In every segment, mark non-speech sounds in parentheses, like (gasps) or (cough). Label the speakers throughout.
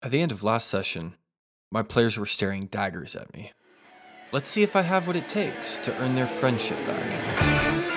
Speaker 1: At the end of last session, my players were staring daggers at me. Let's see if I have what it takes to earn their friendship back.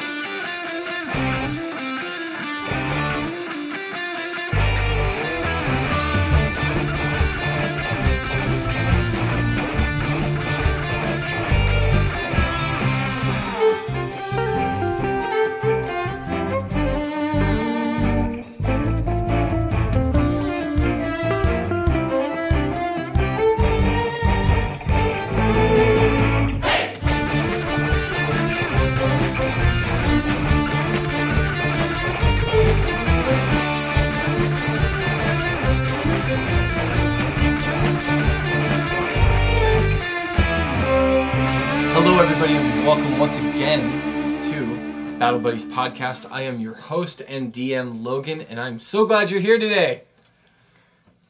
Speaker 1: Hello, everybody, and welcome once again to Battle Buddies Podcast. I am your host and DM, Logan, and I'm so glad you're here today.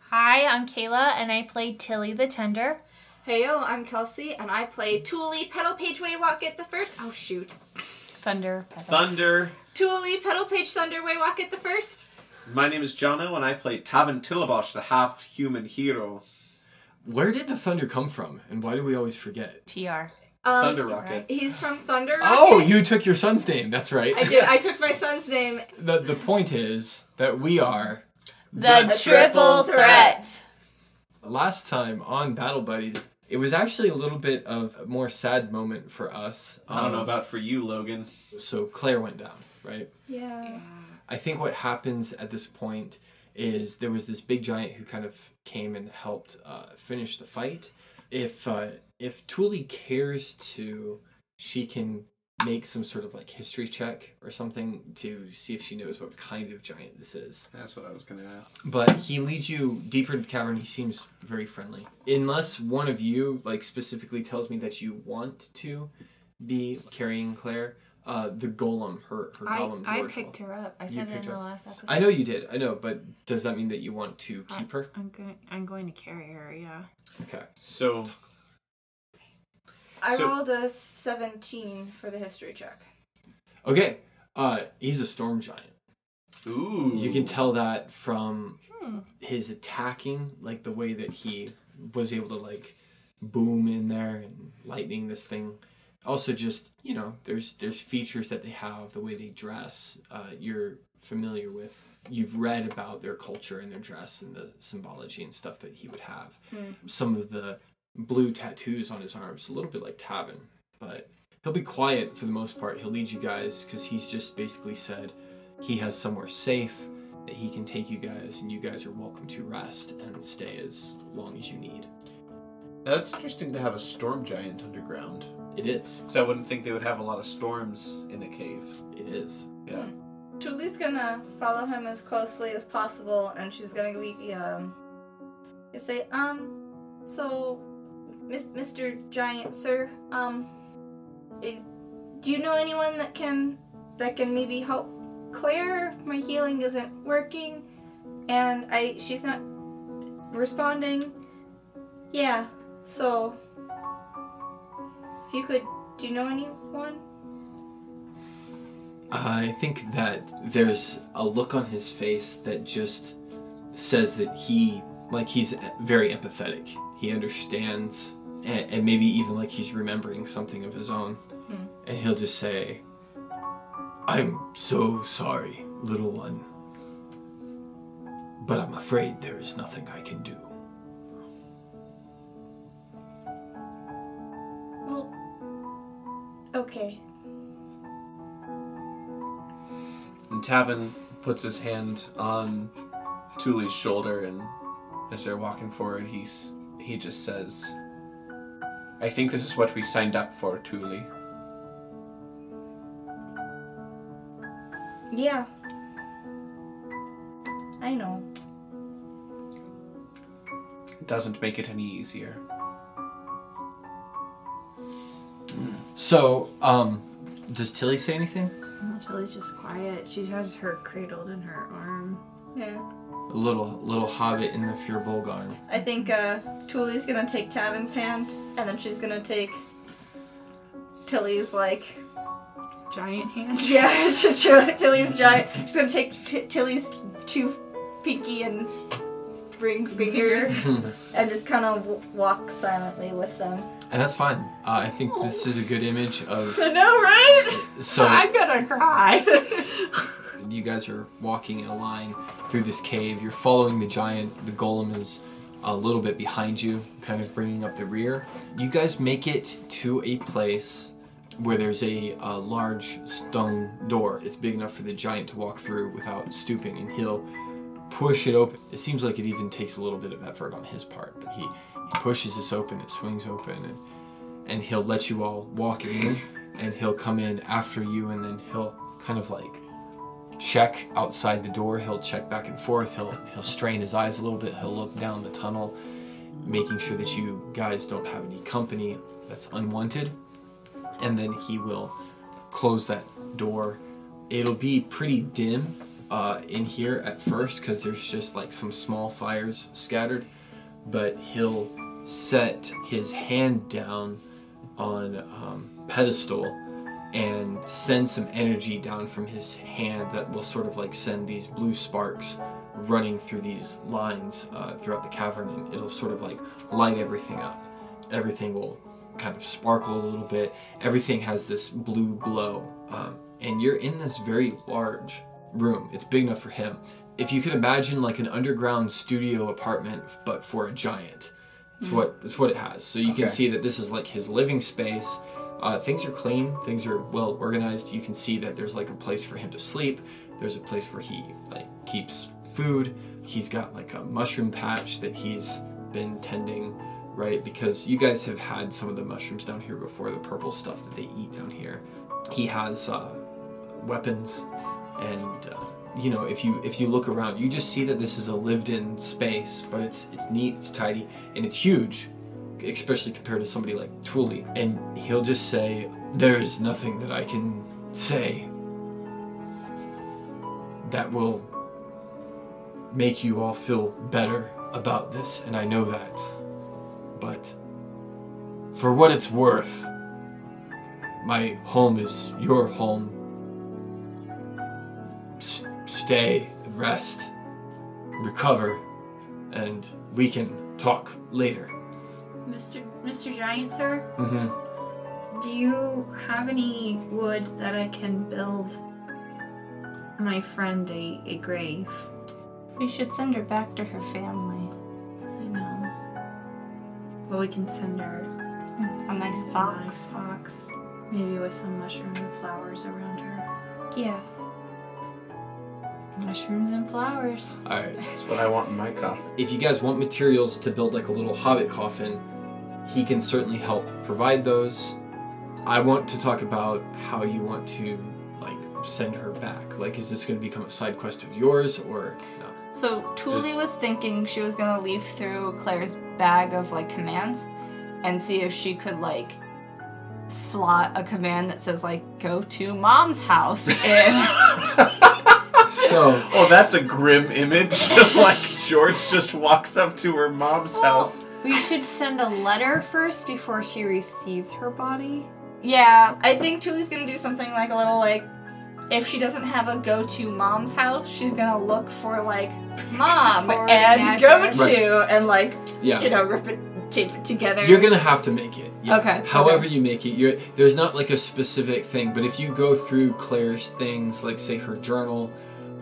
Speaker 2: Hi, I'm Kayla, and I play Tilly the Tender.
Speaker 3: Hey yo, I'm Kelsey, and I play Thule Pedal Page Waywacket the First. Oh shoot,
Speaker 2: Thunder.
Speaker 4: Thunder.
Speaker 3: Thule Pedal Page Thunder Waywacket the First.
Speaker 4: My name is Jono, and I play Tavin Tillabosh, the half-human hero.
Speaker 1: Where did the thunder come from, and why do we always forget?
Speaker 2: TR.
Speaker 3: Um,
Speaker 4: Thunder Rocket.
Speaker 3: He's from Thunder.
Speaker 1: Oh,
Speaker 3: Rocket.
Speaker 1: you took your son's name. That's right.
Speaker 3: I did. I took my son's name.
Speaker 1: The, the point is that we are
Speaker 5: The triple threat.
Speaker 1: last time on Battle Buddies. It was actually a little bit of a more sad moment for us.
Speaker 4: I don't
Speaker 1: Um,
Speaker 4: know about for you, Logan.
Speaker 1: So Claire went down, right?
Speaker 3: Yeah.
Speaker 1: I think what happens at this point is there was this big giant who kind of came and helped uh, finish the fight. If uh, if Thule cares to, she can make some sort of like history check or something to see if she knows what kind of giant this is.
Speaker 4: That's what I was gonna ask.
Speaker 1: But he leads you deeper into the cavern. He seems very friendly. Unless one of you like specifically tells me that you want to be carrying Claire, uh, the golem, her her
Speaker 2: I,
Speaker 1: golem.
Speaker 2: I
Speaker 1: George will-
Speaker 2: picked her up. I
Speaker 1: You
Speaker 2: said it
Speaker 1: picked
Speaker 2: in the
Speaker 1: her up.
Speaker 2: last episode.
Speaker 1: I know you did. I know, but does that mean that you want to keep her?
Speaker 2: I'm going. I'm going to carry her. Yeah.
Speaker 1: Okay.
Speaker 4: So
Speaker 3: I
Speaker 4: So-
Speaker 3: rolled a seventeen for the history check.
Speaker 1: Okay. Uh, he's a storm giant.
Speaker 4: Ooh.
Speaker 1: You can tell that from
Speaker 2: Hmm.
Speaker 1: his attacking, like the way that he was able to like boom in there and lightning this thing. Also, just you know, there's there's features that they have, the way they dress. Uh, you're familiar with. You've read about their culture and their dress and the symbology and stuff that he would have. Some of the blue tattoos on his arms, a little bit like Tavin, but he'll be quiet for the most part. He'll lead you guys because he's just basically said he has somewhere safe that he can take you guys, and you guys are welcome to rest and stay as long as you need.
Speaker 4: That's interesting to have a storm giant underground.
Speaker 1: It is.
Speaker 4: Because I wouldn't think they would have a lot of storms in a cave.
Speaker 1: It is.
Speaker 4: Yeah.
Speaker 3: Thule's gonna follow him as closely as possible, and she's gonna be um, gonna say um, so, Mis- Mr. Giant Sir, um, is, do you know anyone that can that can maybe help Claire? My healing isn't working, and I she's not responding. Yeah, so if you could, do you know anyone?
Speaker 1: I think that there's a look on his face that just says that he, like, he's very empathetic. He understands, and, and maybe even like he's remembering something of his own. And he'll just say, I'm so sorry, little one. But I'm afraid there is nothing I can do.
Speaker 3: Well, okay.
Speaker 4: And Tavin puts his hand on Tule's shoulder, and as they're walking forward, he's he just says, "I think this is what we signed up for, Thule."
Speaker 3: Yeah. I know.
Speaker 4: It doesn't make it any easier.
Speaker 1: So, um, does Tilly say anything?
Speaker 5: Tilly's just quiet. She has her cradled in her arm.
Speaker 3: Yeah.
Speaker 1: A little little hobbit in the Fear Bulgarn.
Speaker 3: I think uh Thule's gonna take Tavin's hand and then she's gonna take Tilly's like (laughs)
Speaker 5: Giant hands.
Speaker 3: yeah (laughs) Tilly's giant she's gonna take Tilly's two pinky and
Speaker 6: ring fingers
Speaker 3: (laughs)
Speaker 6: and just kind of w- walk silently with them.
Speaker 1: And that's fine. Uh, I think this is a good image of.
Speaker 7: I know, right?
Speaker 1: So
Speaker 7: (laughs) I'm gonna cry.
Speaker 1: (laughs) you guys are walking in a line through this cave. You're following the giant. The golem is a little bit behind you, kind of bringing up the rear. You guys make it to a place where there's a, uh large stone door. It's big enough for the giant to walk through without stooping, and he'll push it open. It seems like it even takes a little bit of effort on his part, but he, he pushes this open, it swings open, and, and he'll let you all walk in, and he'll come in after you, and then he'll kind of like check outside the door. He'll check back and forth. He'll he'll strain his eyes a little bit. He'll look down the tunnel, making sure that you guys don't have any company that's unwanted. And then he will close that door. It'll be pretty dim uh, in here at first because there's just like some small fires scattered. But he'll set his hand down on um, pedestal and send some energy down from his hand that will sort of like send these blue sparks running through these lines uh, throughout the cavern and it'll sort of like light everything up everything will kind of sparkle a little bit everything has this blue glow um, and you're in this very large room it's big enough for him if you could imagine like an underground studio apartment but for a giant it's what it's what it has so you can
Speaker 4: Okay.
Speaker 1: see that this is like his living space uh, things are clean, things are well organized. You can see that there's like a place for him to sleep. There's a place where he like keeps food. He's got like a mushroom patch that he's been tending, right? Because you guys have had some of the mushrooms down here before, the purple stuff that they eat down here. He has uh, weapons, and uh, you know if you if you look around, you just see that this is a lived-in space, but it's it's neat, it's tidy, and it's huge especially compared to somebody like Thule. And he'll just say, There is nothing that I can say that will make you all feel better about this, and I know that. But for what it's worth, my home is your home. S- stay, rest, recover, and we can talk later.
Speaker 5: Mr. Mr. Giant, sir,
Speaker 1: Mm-hmm.
Speaker 7: Do you have any wood that I can build my friend a, a grave?
Speaker 3: We should send her back to her family.
Speaker 7: I know. Well, we can send her
Speaker 3: A nice
Speaker 7: a nice
Speaker 3: box.
Speaker 7: box, maybe with some mushroom and flowers around her.
Speaker 3: Yeah.
Speaker 5: mushrooms and flowers.
Speaker 1: All right.
Speaker 4: That's what I want in my coffin.
Speaker 1: If you guys want materials to build like a little hobbit coffin, he can certainly help provide those. I want to talk about how you want to like send her back. Like, is this going to become a side quest of yours or no?
Speaker 3: So Thule
Speaker 4: Does-
Speaker 3: was thinking she was gonna leaf through Claire's bag of like commands and see if she could like slot a command that says like go to mom's
Speaker 1: (laughs)
Speaker 3: house in
Speaker 1: So
Speaker 4: Oh, that's a grim image. (laughs) like George just walks up to her mom's house.
Speaker 5: We should send a letter first before she receives her body.
Speaker 3: Yeah, I think Tully's gonna do something like a little like if she doesn't have a go to mom's house, she's gonna look
Speaker 1: (laughs)
Speaker 3: for like mom
Speaker 5: Forwarding
Speaker 3: and go
Speaker 5: address.
Speaker 3: to and like you
Speaker 1: yeah,
Speaker 3: know rip it tape it together.
Speaker 1: you're gonna have to make it. Yeah.
Speaker 3: Okay,
Speaker 1: However you make it, you're there's not like a specific thing, but if you go through Claire's things, like say her journal,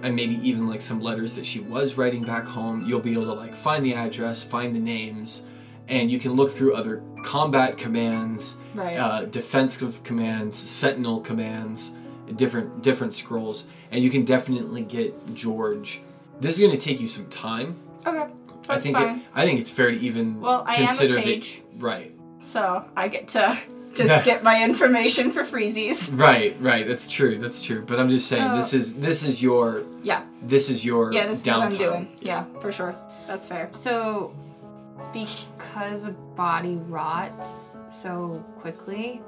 Speaker 1: and maybe even like some letters that she was writing back home, you'll be able to like find the address, find the names, and you can look through other combat commands,
Speaker 3: right.
Speaker 1: uh, defensive commands, sentinel commands, different different scrolls, and you can definitely get George. This is gonna take you some time.
Speaker 3: okay. That's
Speaker 1: I think
Speaker 3: fine.
Speaker 1: It, I think it's fair to even
Speaker 3: well, I am a
Speaker 1: consider that-
Speaker 3: sage,
Speaker 1: right.
Speaker 3: so I get to (laughs) just get my information for freezies.
Speaker 1: Right, right. That's true. That's true. But I'm just saying
Speaker 3: So-
Speaker 1: this is this is your
Speaker 3: Yeah.
Speaker 1: this is your
Speaker 3: Yeah, this is what
Speaker 1: downtime.
Speaker 3: I'm doing. Yeah, for sure. That's fair.
Speaker 1: (laughs)
Speaker 5: So, because a body rots so quickly,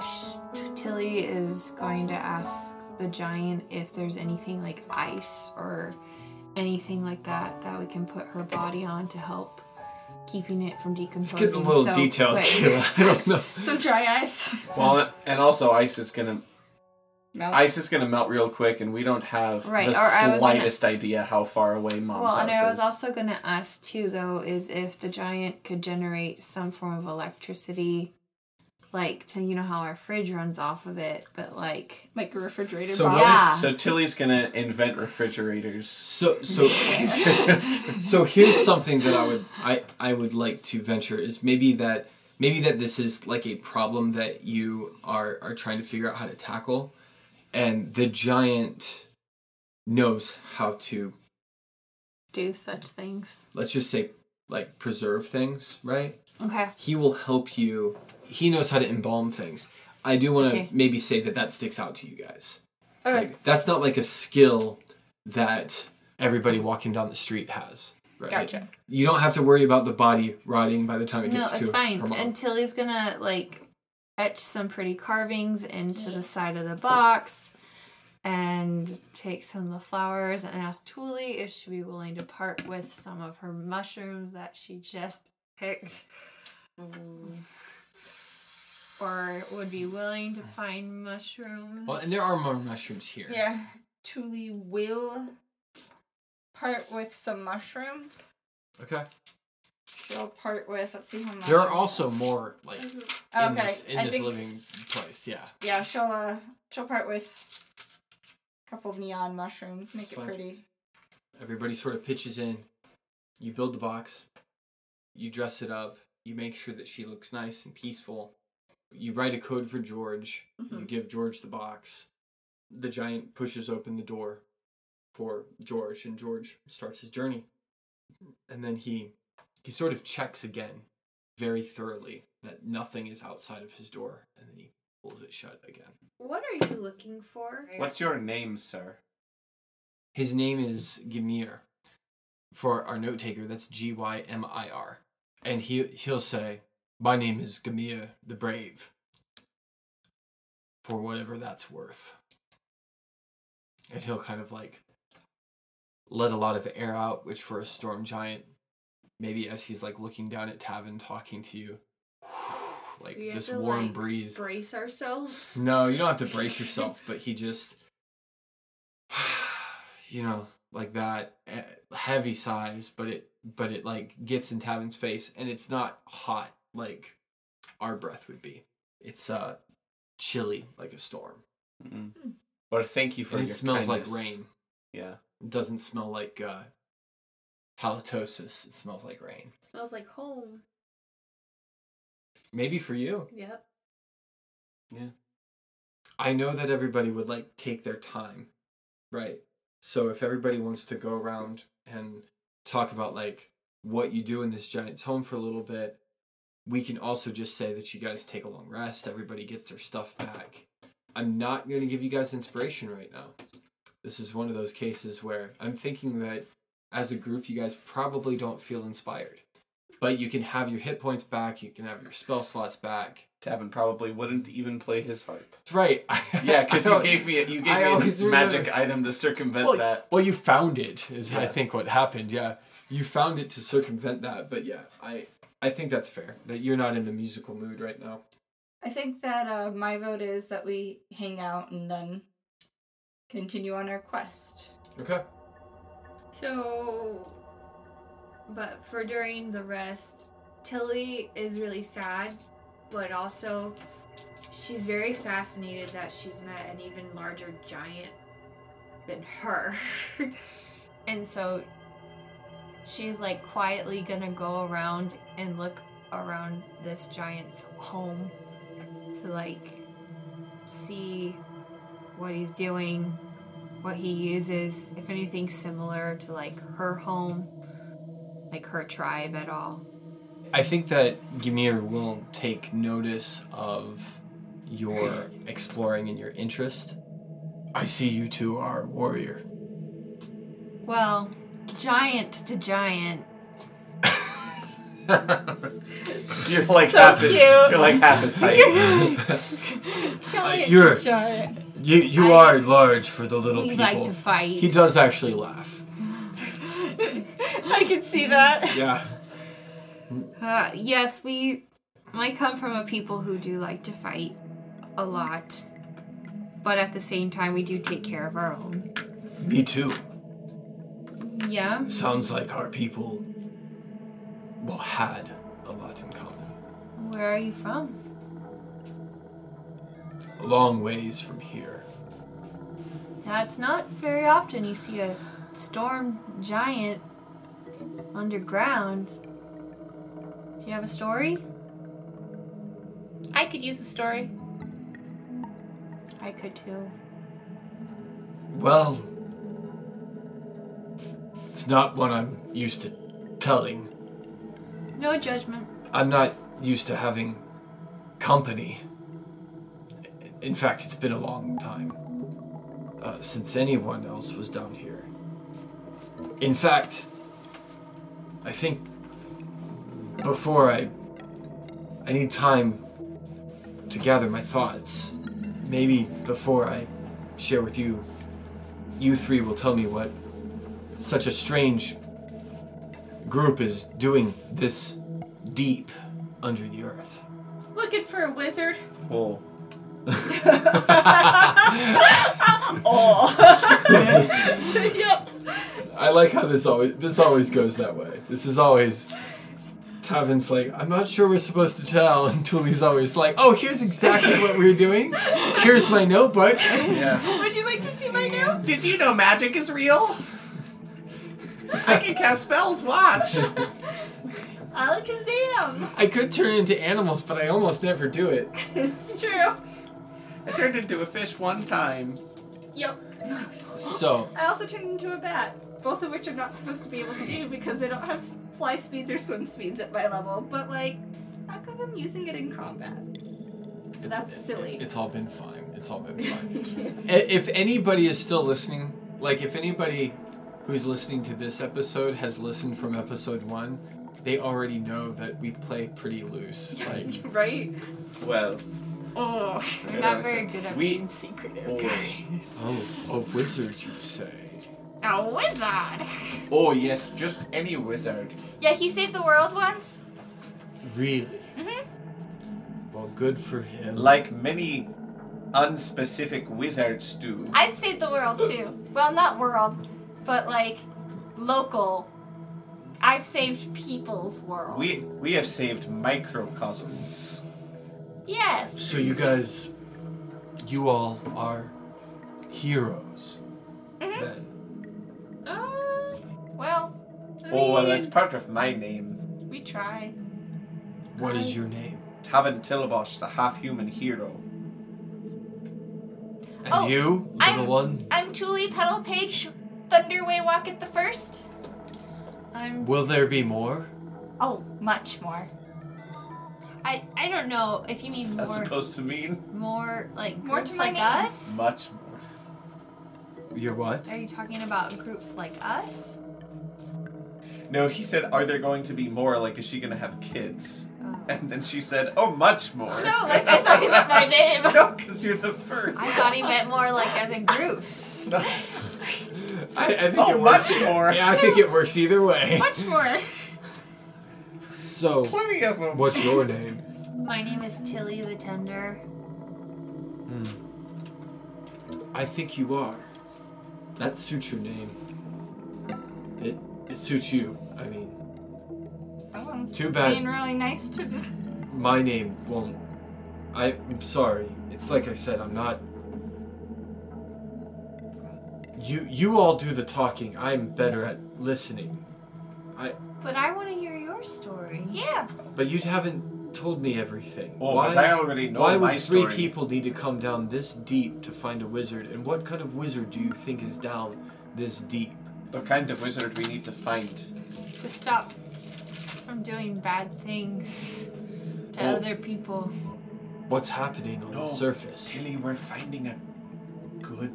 Speaker 5: sh- Tilly is going to ask the giant if there's anything like ice or anything like that that we can put her body on to help keeping it from
Speaker 1: It's
Speaker 5: decomposing.
Speaker 1: getting a little
Speaker 5: so
Speaker 1: detailed,
Speaker 5: quick.
Speaker 3: (laughs)
Speaker 1: Kayla. I don't know.
Speaker 3: Some dry ice.
Speaker 4: Well, and also Ice is gonna
Speaker 2: Mel-
Speaker 4: Ice is gonna melt real quick, and we don't have
Speaker 2: Right,
Speaker 4: the
Speaker 2: or I was gonna-
Speaker 4: slightest idea how far away mom's
Speaker 2: well, and
Speaker 4: house
Speaker 2: I was
Speaker 4: is.
Speaker 2: also going to ask too, though, is if the giant could generate some form of electricity, like to you know how our fridge runs off of it, but like
Speaker 8: Like a refrigerator
Speaker 1: So
Speaker 8: box.
Speaker 1: what-
Speaker 2: yeah,
Speaker 4: So Tilly's gonna invent refrigerators.
Speaker 1: So so
Speaker 3: (laughs)
Speaker 1: so here's something that I would I I would like to venture is maybe that maybe that this is like a problem that you are are trying to figure out how to tackle and the giant knows how to
Speaker 2: do such things.
Speaker 1: let's just say like preserve things, right?
Speaker 2: Okay.
Speaker 1: He will help you. He knows how to embalm things. I do want to
Speaker 2: Okay.
Speaker 1: maybe say that that sticks out to you guys.
Speaker 3: Okay.
Speaker 1: Like, that's not like a skill that everybody walking down the street has. Right?
Speaker 3: Gotcha.
Speaker 1: You don't have to worry about the body rotting by the time it
Speaker 2: No,
Speaker 1: gets to
Speaker 2: it's fine.
Speaker 1: her mom.
Speaker 2: And Tilly's gonna like etch some pretty carvings into the side of the box and take some of the flowers and ask Tuli if she'd be willing to part with some of her mushrooms that she just picked.
Speaker 5: Mm.
Speaker 2: Or would be willing to find mushrooms.
Speaker 1: well, and there are more mushrooms here.
Speaker 3: Yeah. Tuli will part with some mushrooms.
Speaker 1: Okay.
Speaker 3: She'll part with. Let's see how much.
Speaker 1: There are also more like in
Speaker 3: Okay.
Speaker 1: this in
Speaker 3: I
Speaker 1: this
Speaker 3: think.
Speaker 1: living place. Yeah.
Speaker 3: Yeah, she'll uh, she'll part with a couple neon mushrooms. Make
Speaker 1: That's
Speaker 3: it
Speaker 1: fine.
Speaker 3: pretty.
Speaker 1: Everybody sort of pitches in. You build the box. You dress it up. You make sure that she looks nice and peaceful. You write a code for George. You give George the box. The giant pushes open the door for George, and George starts his journey. And then he he sort of checks again, very thoroughly, that nothing is outside of his door, and then he pulls it shut again.
Speaker 5: What are you looking for?
Speaker 4: What's your name, sir?
Speaker 1: His name is Gimir. For our note taker, that's G Y M I R. And he he'll say, My name is Gimir the Brave. For whatever that's worth. And he'll kind of like let a lot of air out, which for a storm giant, maybe as he's like looking down at Tavin talking to you, (sighs) like
Speaker 5: Do you have
Speaker 1: this
Speaker 5: to,
Speaker 1: warm
Speaker 5: like,
Speaker 1: breeze.
Speaker 5: Brace ourselves.
Speaker 1: No, you don't have to brace yourself, but he just, (sighs) you know, like that eh, heavy sighs, but it, but it like gets in Tavin's face, and it's not hot like our breath would be. It's uh, chilly like a storm,
Speaker 4: Mm. But thank you for
Speaker 1: and it
Speaker 4: your
Speaker 1: smells
Speaker 4: kindness.
Speaker 1: like rain.
Speaker 4: Yeah.
Speaker 1: It doesn't smell like uh, halitosis. It smells like rain.
Speaker 5: (laughs) smells like home.
Speaker 1: Maybe for you.
Speaker 5: Yep.
Speaker 1: I know that everybody would like take their time, right? So if everybody wants to go around and talk about like what you do in this giant's home for a little bit, we can also just say that you guys take a long rest, everybody gets their stuff back. I'm not going to give you guys inspiration right now. This is one of those cases where I'm thinking that as a group you guys probably don't feel inspired. But you can have your hit points back, you can have your spell slots back.
Speaker 4: Tavin probably wouldn't even play his
Speaker 1: (laughs)
Speaker 4: harp.
Speaker 1: That's right.
Speaker 4: Yeah, because you
Speaker 1: I-
Speaker 4: gave me a, you
Speaker 1: I
Speaker 4: gave me
Speaker 1: always
Speaker 4: a magic
Speaker 1: remember-
Speaker 4: item to circumvent
Speaker 1: well,
Speaker 4: that.
Speaker 1: well, you found it is I
Speaker 4: Yeah.
Speaker 1: think what happened. Yeah, you found it to circumvent that. But yeah, I I think that's fair that you're not in the musical mood right now.
Speaker 3: I think that uh, my vote is that we hang out and then continue on our quest.
Speaker 1: Okay.
Speaker 5: So, but for during the rest, Tilly is really sad, but also she's very fascinated that she's met an even larger giant than her. (laughs)
Speaker 2: And so she's like quietly gonna go around and look around this giant's home to like see what he's doing, what he uses, if anything similar to like her home, like her tribe at all.
Speaker 1: I think that Gimir will take notice of your exploring and your interest. I see you two are warrior.
Speaker 2: Well, giant to giant.
Speaker 4: (laughs) You're like
Speaker 8: So
Speaker 4: half.
Speaker 8: cute.
Speaker 4: It, you're like half his height.
Speaker 9: (laughs)
Speaker 1: Uh, you're you you
Speaker 2: I-
Speaker 1: are large for the little
Speaker 2: we
Speaker 1: people.
Speaker 2: like to fight.
Speaker 1: He does
Speaker 2: (laughs)
Speaker 1: actually laugh.
Speaker 8: I can see that.
Speaker 1: Yeah.
Speaker 2: Uh, yes, we. I come from a people who do like to fight a lot.
Speaker 5: but at the same time, we do take care of our own.
Speaker 1: Me too.
Speaker 5: Yeah.
Speaker 1: Sounds like our people, well, had a lot in common.
Speaker 5: Where are you from?
Speaker 1: A long ways from here.
Speaker 5: That's not very often you see a storm giant underground. Do you have a story?
Speaker 3: I could use a story.
Speaker 5: I could too.
Speaker 1: Well, it's not one I'm used to telling.
Speaker 5: No judgment.
Speaker 1: I'm not used to having company. In fact, it's been a long time uh, since anyone else was down here. In fact, I think before I. I need time to gather my thoughts. Maybe before I share with you, you three will tell me what such a strange group is doing this deep under the earth.
Speaker 3: Looking for a wizard.
Speaker 4: Well,
Speaker 3: yep.
Speaker 1: I like how this always this always goes that way. This is always Tavin's like, I'm not sure we're supposed to tell, (laughs) and Tully's always like, Oh, here's exactly what we're doing. Here's my notebook.
Speaker 3: (laughs)
Speaker 4: yeah.
Speaker 3: Would you like to see my notes?
Speaker 9: Did you know magic is real? I can cast spells. Watch.
Speaker 10: Alakazam!
Speaker 1: I could turn into animals, but I almost never do it.
Speaker 3: (laughs) It's true.
Speaker 9: I turned into a fish one time.
Speaker 3: Yep.
Speaker 1: So
Speaker 3: I also turned into a bat, both of which I'm not supposed to be able to do because they don't have fly speeds or swim speeds at my level. But like, how come I'm using it in combat? So that's silly.
Speaker 1: It's all been fine. It's all been fine. (laughs)
Speaker 3: (laughs)
Speaker 1: I- if anybody is still listening, like if anybody who's listening to this episode has listened from episode one, they already know that we play pretty loose. Like
Speaker 3: right?
Speaker 4: Well,
Speaker 3: Oh.
Speaker 5: We're not very good at
Speaker 4: We-
Speaker 5: being
Speaker 4: (laughs)
Speaker 5: secretive,
Speaker 4: Oh.
Speaker 5: guys.
Speaker 1: Oh, a wizard, you say?
Speaker 3: A wizard.
Speaker 4: oh yes, just any wizard.
Speaker 3: Yeah, he saved the world once.
Speaker 1: Really? Well, good for him.
Speaker 4: Like many unspecific wizards do.
Speaker 3: I've saved the world too. Well, not world, but like local. I've saved people's world.
Speaker 4: We we have saved microcosms.
Speaker 3: yes.
Speaker 1: so you guys, you all are heroes.
Speaker 3: Mhm.
Speaker 1: Then
Speaker 3: Uh, well, I
Speaker 4: Oh well, that's
Speaker 3: mean,
Speaker 4: part of my name.
Speaker 3: we try.
Speaker 1: what is your name?
Speaker 4: Tavan Tilbosh, the half-human hero.
Speaker 1: And
Speaker 3: Oh,
Speaker 1: you, little
Speaker 3: I'm-
Speaker 1: one,
Speaker 3: I'm Tuli Petal Page Thunderway Walk at the first.
Speaker 5: I'm.
Speaker 1: will there be more?
Speaker 3: Oh, much more.
Speaker 5: I I don't know if you mean
Speaker 4: That's
Speaker 5: more
Speaker 4: supposed to mean
Speaker 5: more like
Speaker 3: More
Speaker 5: groups
Speaker 3: to my
Speaker 5: like
Speaker 3: name.
Speaker 5: us.
Speaker 4: much more.
Speaker 1: You're what?
Speaker 5: Are you talking about groups like
Speaker 4: (laughs)
Speaker 5: us?
Speaker 4: No, he said, "Are there going to be more? Like, is she gonna have kids?" (laughs)
Speaker 5: Oh.
Speaker 4: And then she said, "Oh, much more."
Speaker 3: No, like I thought he meant my name.
Speaker 4: (laughs) no, because you're the first.
Speaker 5: I thought he meant more like as in groups.
Speaker 1: I, I think
Speaker 4: Oh,
Speaker 1: it works.
Speaker 4: much more.
Speaker 1: Yeah, I think it works either way.
Speaker 3: (laughs) Much more.
Speaker 1: So,
Speaker 4: (laughs) Plenty of them.
Speaker 1: what's your name?
Speaker 5: My name is Tilly the Tender.
Speaker 1: Hmm. I think you are. That suits your name. It it suits you. I mean,
Speaker 3: Someone's
Speaker 1: Too bad.
Speaker 3: Being really nice to the.
Speaker 1: my name won't. I, I'm sorry. It's like I said, I'm not. You you all do the talking. I'm better at listening.
Speaker 5: But I want to hear your story.
Speaker 3: Yeah.
Speaker 1: But you haven't told me everything.
Speaker 4: Oh,
Speaker 1: why
Speaker 4: but I already know
Speaker 1: why
Speaker 4: my
Speaker 1: would three
Speaker 4: story.
Speaker 1: people need to come down this deep to find a wizard? And what kind of wizard do you think is down this deep?
Speaker 4: The kind of wizard we need to find.
Speaker 5: To stop from doing bad things to
Speaker 4: Oh.
Speaker 5: other people.
Speaker 1: What's happening on
Speaker 4: No,
Speaker 1: the surface?
Speaker 4: Tilly, we're finding a good.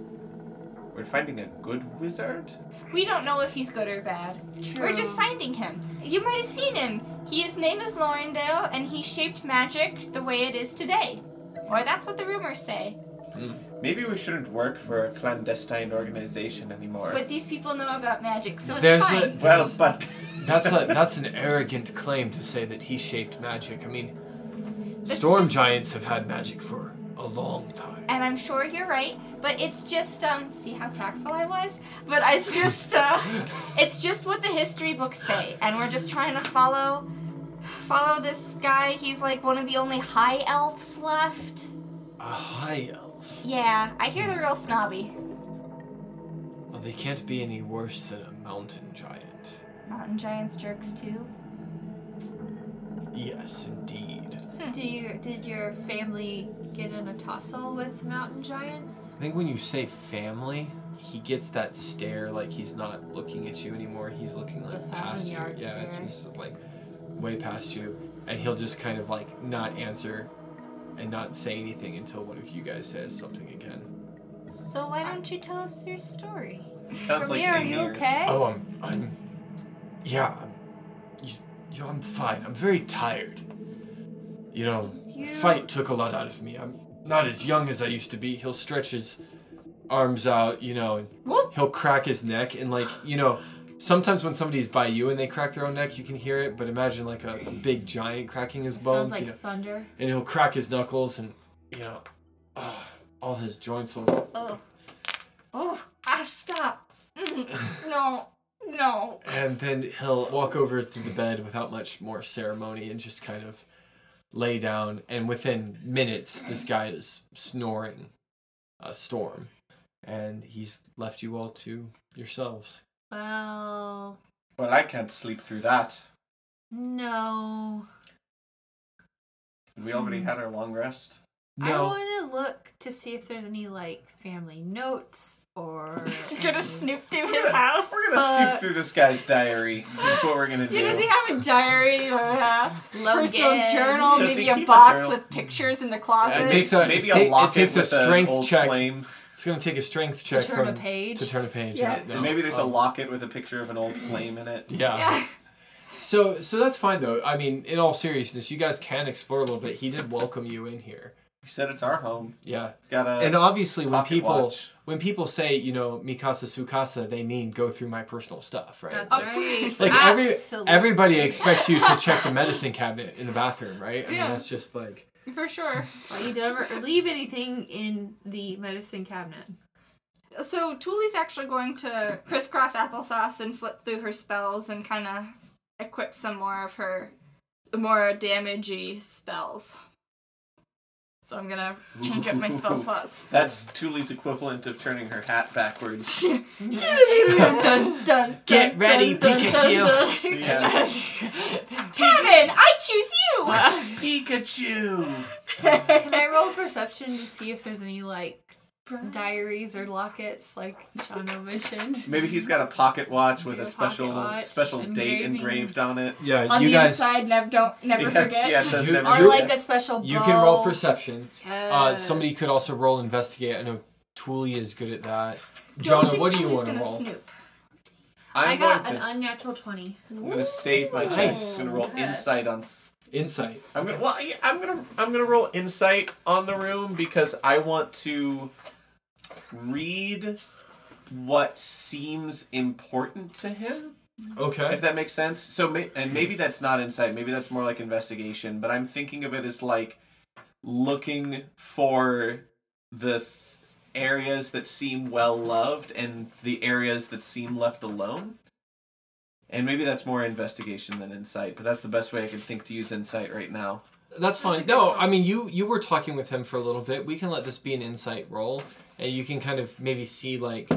Speaker 4: We're finding a good wizard.
Speaker 3: We don't know if he's good or bad. We're just finding him. You might have seen him. He, his name is Lorendale, and he shaped magic the way it is today. Or that's what the rumors say.
Speaker 4: Maybe we shouldn't work for a clandestine organization anymore.
Speaker 3: But these people know about magic, so it's
Speaker 1: There's a-
Speaker 3: fine.
Speaker 4: well, but (laughs)
Speaker 1: That's a, that's an arrogant claim to say that he shaped magic. I mean,
Speaker 3: That's
Speaker 1: storm
Speaker 3: just-
Speaker 1: giants have had magic for a long time.
Speaker 3: and I'm sure you're right, but it's just um see how tactful I was? But it's just uh it's just what the history books say and we're just trying to follow follow this guy. He's like one of the only high elves left.
Speaker 1: A high elf.
Speaker 3: Yeah, I hear they're real snobby.
Speaker 1: Well, they can't be any worse than a mountain giant.
Speaker 3: Mountain giants jerks too.
Speaker 1: Yes, indeed.
Speaker 5: Do you did your family get in a tussle with mountain giants?
Speaker 1: I think when you say family, he gets that stare like he's not looking at you anymore. He's looking like
Speaker 11: The thousand
Speaker 1: past you. Yeah,
Speaker 11: yard
Speaker 1: it's
Speaker 11: stare.
Speaker 1: just like way past you, and he'll just kind of like not answer and not say anything until one of you guys says something again.
Speaker 3: So why don't you tell us your story?
Speaker 4: Sounds like
Speaker 5: Premier, are you
Speaker 4: Amir.
Speaker 5: okay?
Speaker 1: Oh, I'm, I'm, yeah, I'm, you, you know, I'm fine. I'm very tired. You know,
Speaker 5: You-
Speaker 1: fight took a lot out of me. I'm not as young as I used to be. He'll stretch his arms out, you know, and
Speaker 3: Whoop.
Speaker 1: he'll crack his neck, and like, you know, sometimes when somebody's by you and they crack their own neck, you can hear it. But imagine like a, a big giant cracking his bones,
Speaker 5: Sounds like
Speaker 1: you know,
Speaker 5: thunder.
Speaker 1: and he'll crack his knuckles, and you know, ah, all his joints will.
Speaker 3: Oh. Oh, ah stop. (laughs) no. No.
Speaker 1: And then he'll walk over to the bed without much more ceremony and just kind of lay down. And within minutes, this guy is snoring a storm. And he's left you all to yourselves.
Speaker 5: Well,
Speaker 4: Well, I can't sleep through that.
Speaker 5: no.
Speaker 4: We already
Speaker 3: Hmm.
Speaker 4: had our long rest.
Speaker 5: I
Speaker 1: No,
Speaker 5: want to look to see if there's any like family notes or
Speaker 4: (laughs)
Speaker 3: You're gonna
Speaker 5: any-
Speaker 3: snoop through his house.
Speaker 4: We're gonna snoop through this guy's diary. Is
Speaker 3: (laughs)
Speaker 4: what we're gonna do.
Speaker 3: Yeah, does he have a diary or a personal
Speaker 5: Logan.
Speaker 3: journal?
Speaker 4: Does he
Speaker 3: Maybe a
Speaker 4: keep a
Speaker 3: box
Speaker 4: journal?
Speaker 3: with pictures in the closet?
Speaker 1: it takes a,
Speaker 4: Maybe
Speaker 1: it ta-
Speaker 4: a
Speaker 1: it
Speaker 4: locket
Speaker 1: takes a
Speaker 4: with an
Speaker 1: strength
Speaker 4: old
Speaker 1: check.
Speaker 4: flame.
Speaker 1: It's going to take a strength check
Speaker 5: turn a
Speaker 1: from-
Speaker 5: page?
Speaker 1: to turn a page.
Speaker 3: Yeah.
Speaker 1: no,
Speaker 4: And maybe there's a
Speaker 1: um,
Speaker 4: locket with a picture of an old flame in it.
Speaker 1: Yeah.
Speaker 3: yeah. (laughs)
Speaker 1: So so that's fine though. I mean, in all seriousness, you guys can explore a little bit. He did welcome you in here.
Speaker 4: He said it's our home.
Speaker 1: Yeah.
Speaker 4: It's got a
Speaker 1: and uh, obviously when
Speaker 4: pocket
Speaker 1: people
Speaker 4: watch.
Speaker 1: when people say you know mikasa sukasa they mean go through my personal stuff right
Speaker 5: That's
Speaker 3: Of
Speaker 5: right.
Speaker 3: course.
Speaker 1: like every,
Speaker 11: Absolutely.
Speaker 1: everybody expects you to check the medicine cabinet in the bathroom right i
Speaker 3: Yeah.
Speaker 1: mean that's just like
Speaker 3: For sure.
Speaker 5: Well, you never leave anything in the medicine cabinet. (laughs)
Speaker 4: (laughs)
Speaker 3: So Tuli's actually going to crisscross applesauce and flip through her spells and kind of equip some more of her more damagey spells. So I'm gonna change up my spell
Speaker 4: (laughs) Ooh.
Speaker 3: slots. (laughs)
Speaker 4: That's Thule's equivalent of turning her
Speaker 5: (laughs)
Speaker 4: hat backwards.
Speaker 3: dun, dun,
Speaker 1: Get
Speaker 3: dun,
Speaker 1: ready,
Speaker 3: dun, dun, dun, dun.
Speaker 4: Yeah.
Speaker 3: Tavin, I choose you.
Speaker 4: Pikachu!
Speaker 5: Can I roll perception to see if there's any like
Speaker 3: (laughs)
Speaker 5: diaries or lockets like
Speaker 1: (laughs)
Speaker 5: Jono mentioned?
Speaker 4: Maybe he's got a pocket watch with a
Speaker 5: Got a
Speaker 4: special
Speaker 5: pocket watch,
Speaker 4: special date
Speaker 5: engraving.
Speaker 4: engraved on it.
Speaker 1: yeah
Speaker 3: On
Speaker 1: you
Speaker 3: the
Speaker 1: guys
Speaker 3: inside, never don't never
Speaker 4: yeah,
Speaker 3: forget.
Speaker 4: (laughs) Yeah, it says
Speaker 1: You-
Speaker 4: never
Speaker 5: Or
Speaker 1: You-
Speaker 5: like
Speaker 4: forget.
Speaker 5: a special
Speaker 1: you can roll
Speaker 5: bow.
Speaker 1: perception uh, somebody could
Speaker 5: Yes.
Speaker 1: also roll investigate i know Thule is good at that
Speaker 3: Don't
Speaker 1: Jonah,
Speaker 3: think
Speaker 1: what do you
Speaker 3: Tuli's
Speaker 1: want to
Speaker 3: gonna
Speaker 1: roll?
Speaker 3: Snoop.
Speaker 4: I'm
Speaker 5: I got
Speaker 4: going
Speaker 5: an
Speaker 4: to,
Speaker 5: unnatural twenty.
Speaker 4: I'm going to save my chance. I'm going to roll
Speaker 5: Yes.
Speaker 4: insight on s-
Speaker 1: Insight.
Speaker 4: I'm gonna well, I- I'm gonna I'm gonna roll insight on the room because I want to read what seems important to him.
Speaker 1: Okay.
Speaker 4: If that makes sense. So may- and maybe that's not insight. Maybe that's more like investigation. But I'm thinking of it as like looking for the th- areas that seem well loved and the areas that seem left alone. And maybe that's more investigation than insight, but that's the best way I can think to use insight right now.
Speaker 1: That's fine. No, I mean you you were talking with him for a little bit. We can let this be an insight roll, and you can kind of maybe see like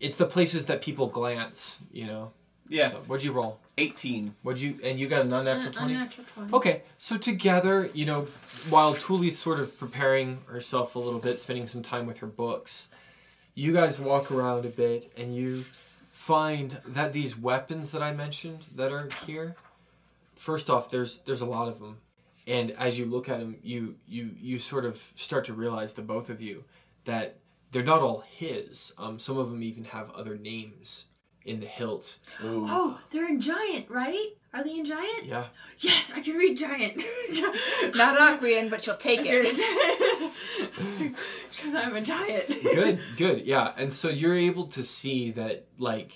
Speaker 1: it's the places that people glance. You know.
Speaker 4: Yeah,
Speaker 1: So, what'd you roll?
Speaker 4: 18.
Speaker 1: What'd you and you got an unnatural
Speaker 5: An
Speaker 1: twenty.
Speaker 5: unnatural twenty.
Speaker 1: Okay, so together, you know, while Thule's sort of preparing herself a little bit, spending some time with her books, you guys walk around a bit and you find that these weapons that I mentioned that are here, first off, there's there's a lot of them. And as you look at them, you you you sort of start to realize the both of you that they're not all his. Um, some of them even have other names in the hilt.
Speaker 4: Ooh.
Speaker 5: Oh, (gasps) they're in giant, right? Are they in giant?
Speaker 1: Yeah.
Speaker 5: Yes, I can read giant. (laughs)
Speaker 3: Not Aquarian, but she'll take it.
Speaker 5: Because I'm a
Speaker 1: (laughs)
Speaker 5: giant. (laughs)
Speaker 1: good good yeah and so you're able to see that like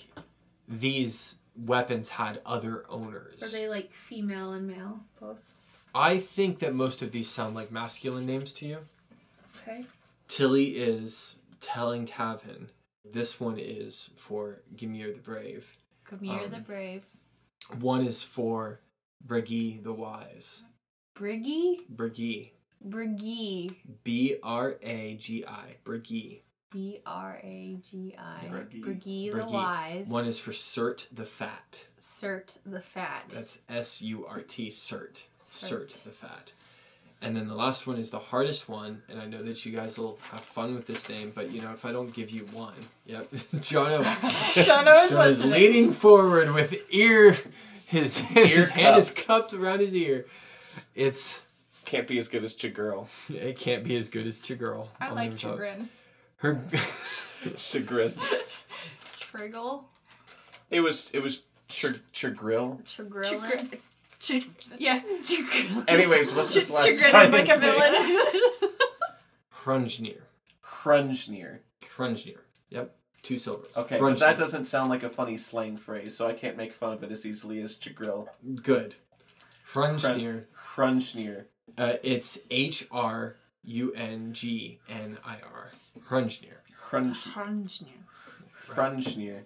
Speaker 1: these weapons had other
Speaker 5: Are
Speaker 1: owners
Speaker 5: they like female and male both?
Speaker 1: i think that most of these sound like masculine names to you
Speaker 5: Okay.
Speaker 1: Tilly is telling Tavin. This one is for Gimir the Brave.
Speaker 5: Gamir the
Speaker 1: Um,
Speaker 5: Brave.
Speaker 1: One is for Bragi the Wise.
Speaker 5: Briggy?
Speaker 1: Bragi.
Speaker 5: Briggy.
Speaker 1: B R A G I. Bragi.
Speaker 5: B R A G I.
Speaker 4: Briggy.
Speaker 5: Briggy the
Speaker 1: Briggy.
Speaker 5: Wise.
Speaker 1: One is for Surt the Fat.
Speaker 5: Surt the Fat.
Speaker 1: That's S U R T, Surt.
Speaker 5: Surt.
Speaker 1: Surt, the fat. And then the last one is the hardest one, and I know that you guys will have fun with this name, but you know, if I don't give you one, yep, (laughs) Jono,
Speaker 8: Jono is
Speaker 1: Jono is
Speaker 8: listening.
Speaker 1: leaning forward with ear, his, (laughs) his hand is
Speaker 4: cupped.
Speaker 1: cupped around his ear. It's,
Speaker 4: Can't be as good as Chigurl.
Speaker 1: it can't be as good as Chigurl.
Speaker 5: I
Speaker 1: I'll
Speaker 5: like
Speaker 1: never tell-
Speaker 5: chagrin.
Speaker 1: Her, (laughs)
Speaker 4: Chagrin.
Speaker 5: Triggle.
Speaker 4: It was it was Chig- Chigrill.
Speaker 5: Chagrillin.
Speaker 8: Ch- yeah.
Speaker 4: Anyways, what's this last
Speaker 8: Chagrin
Speaker 4: giant's
Speaker 8: like a
Speaker 4: name?
Speaker 8: villain.
Speaker 4: (laughs)
Speaker 1: Crungnir.
Speaker 4: Crunchnear.
Speaker 1: Crungnir. Yep, two silvers.
Speaker 4: Okay, but
Speaker 1: Crungnir.
Speaker 4: that doesn't sound like a funny slang phrase, so I can't make fun of it as easily as Chigrill.
Speaker 1: Good. Crungnir.
Speaker 4: Crunchnear.
Speaker 1: Uh, it's H R U N G N I R. Hrungnir.
Speaker 4: Crunch Crunchnear.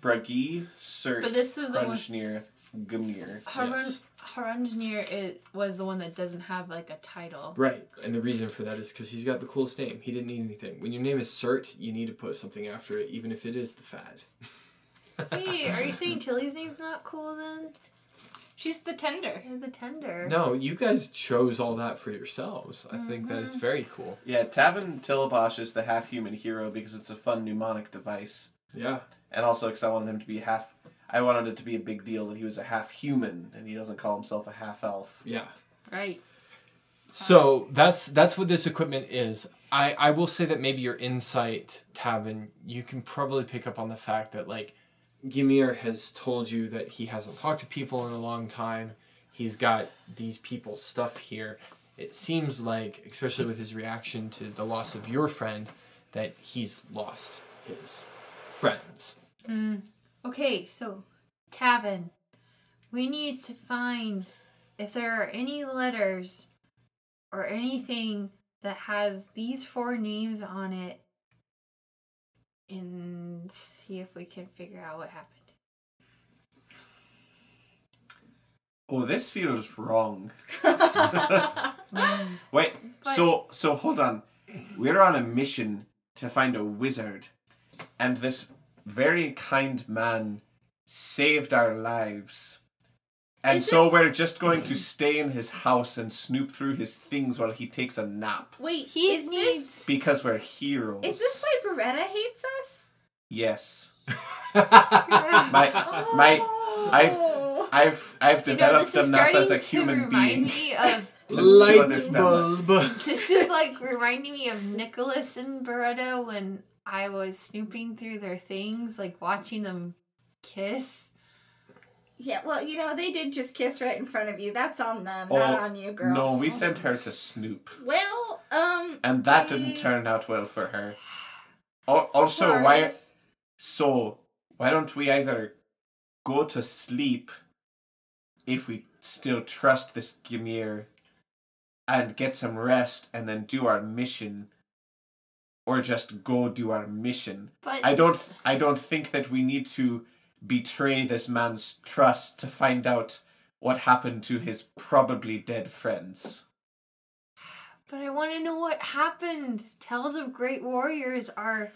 Speaker 4: Bragi
Speaker 5: But
Speaker 4: Surt
Speaker 5: this is the one.
Speaker 4: Crunchnear Gumir.
Speaker 5: Harun-
Speaker 1: Yes.
Speaker 5: Harunjnir is was the one that doesn't have like a title.
Speaker 1: Right. And the reason for that is because he's got the coolest name. He didn't need anything. When your name is Sert, you need to put something after it, even if it is the fat.
Speaker 5: Hey, are you saying Tilly's name's not cool then?
Speaker 8: She's the tender.
Speaker 4: (laughs)
Speaker 5: You're the tender.
Speaker 1: No, you guys chose all that for yourselves. I think that is very cool.
Speaker 4: Yeah, Tavin Tillabosh is the half human hero because it's a fun mnemonic device.
Speaker 1: Yeah.
Speaker 4: And also because I wanted him to be half. I wanted it to be a big deal that he was a half human and he doesn't call himself a half elf.
Speaker 1: Yeah.
Speaker 5: Right.
Speaker 1: So that's that's what this equipment is. I, I will say that maybe your insight, Tavin, you can probably pick up on the fact that like Gimir has told you that he hasn't talked to people in a long time. He's got these people's stuff here. It seems like, especially with his reaction to the loss of your friend, that he's lost his friends. (laughs)
Speaker 5: Okay, so Tavin, we need to find if there are any letters or anything that has these four names on it and see if we can figure out what happened.
Speaker 4: Oh, this feels wrong. Wait, so so hold on. We're on a mission to find a wizard, and this very kind man saved our lives. And
Speaker 8: Is
Speaker 4: so
Speaker 8: this-
Speaker 4: we're just going to stay in his house and snoop through his things while he takes a nap
Speaker 8: Wait,
Speaker 5: He
Speaker 8: is
Speaker 5: needs-
Speaker 4: because we're heroes.
Speaker 8: This, is this why Beretta hates us?
Speaker 4: Yes. My my
Speaker 8: Oh.
Speaker 4: I've I've I've
Speaker 5: You know,
Speaker 4: developed
Speaker 5: this is
Speaker 4: enough
Speaker 5: starting
Speaker 4: as a
Speaker 5: to
Speaker 4: human
Speaker 5: remind
Speaker 4: being.
Speaker 5: me of (laughs)
Speaker 4: to
Speaker 1: Light
Speaker 4: understand that.
Speaker 1: bulb.
Speaker 5: This is like reminding me of Nicholas and Beretta when I was snooping through their things, like watching them kiss.
Speaker 3: Yeah, well, you know, they did just kiss right in front of you. That's on them,
Speaker 4: Oh,
Speaker 3: not on you, girl.
Speaker 4: No, we sent her to snoop.
Speaker 3: Well, um,
Speaker 4: And that didn't turn out well for her. Al- Also, why?
Speaker 3: Sorry.
Speaker 4: So why don't we either go to sleep if we still trust this Gimir, and get some rest, and then do our mission, or just go do our mission?
Speaker 5: But
Speaker 4: I don't. I don't think that we need to betray this man's trust to find out what happened to his probably dead friends.
Speaker 5: but I want to know what happened. Tales of great warriors are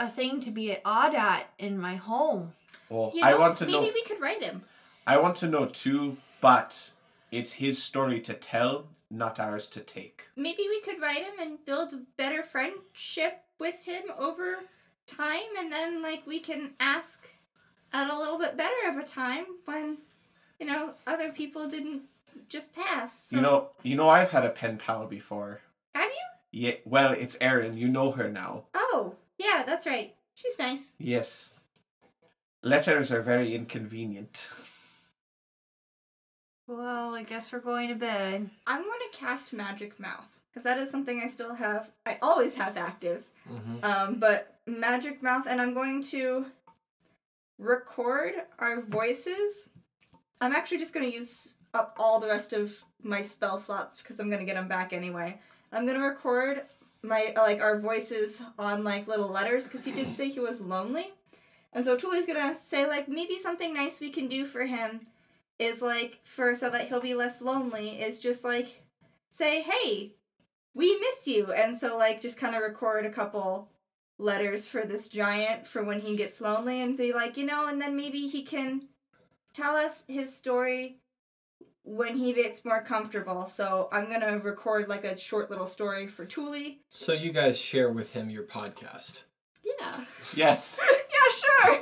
Speaker 5: a thing to be awed at in my home.
Speaker 4: Oh,
Speaker 3: you know,
Speaker 4: I want to
Speaker 3: maybe
Speaker 4: know.
Speaker 3: we could write him.
Speaker 4: I want to know too, but it's his story to tell, not ours to take.
Speaker 3: Maybe we could write him and build a better friendship with him over time, and then, like, we can ask at a little bit better of a time when, you know, other people didn't just pass. So.
Speaker 4: You know, you know, I've had a pen pal before.
Speaker 3: Have you?
Speaker 4: Yeah, well, it's Erin. You know her now.
Speaker 3: Oh, yeah, that's right. She's nice.
Speaker 4: Yes. Letters are very inconvenient. (laughs)
Speaker 5: Well, I guess we're going to bed.
Speaker 3: I'm going to cast Magic Mouth because that is something I still have. I always have active.
Speaker 1: Mm-hmm.
Speaker 3: Um, but Magic Mouth, and I'm going to record our voices. I'm actually just going to use up all the rest of my spell slots because I'm going to get them back anyway. I'm gonna record my like our voices on like little letters because he did say he was lonely, and so Tully's gonna say like maybe something nice we can do for him is like for so that he'll be less lonely is just like say hey we miss you and so like just kind of record a couple letters for this giant for when he gets lonely and be like you know and then maybe he can tell us his story when he gets more comfortable so i'm gonna record like a short little story for Thule.
Speaker 1: So you guys share with him your podcast.
Speaker 3: yeah
Speaker 4: Yes.
Speaker 3: (laughs) yeah, sure.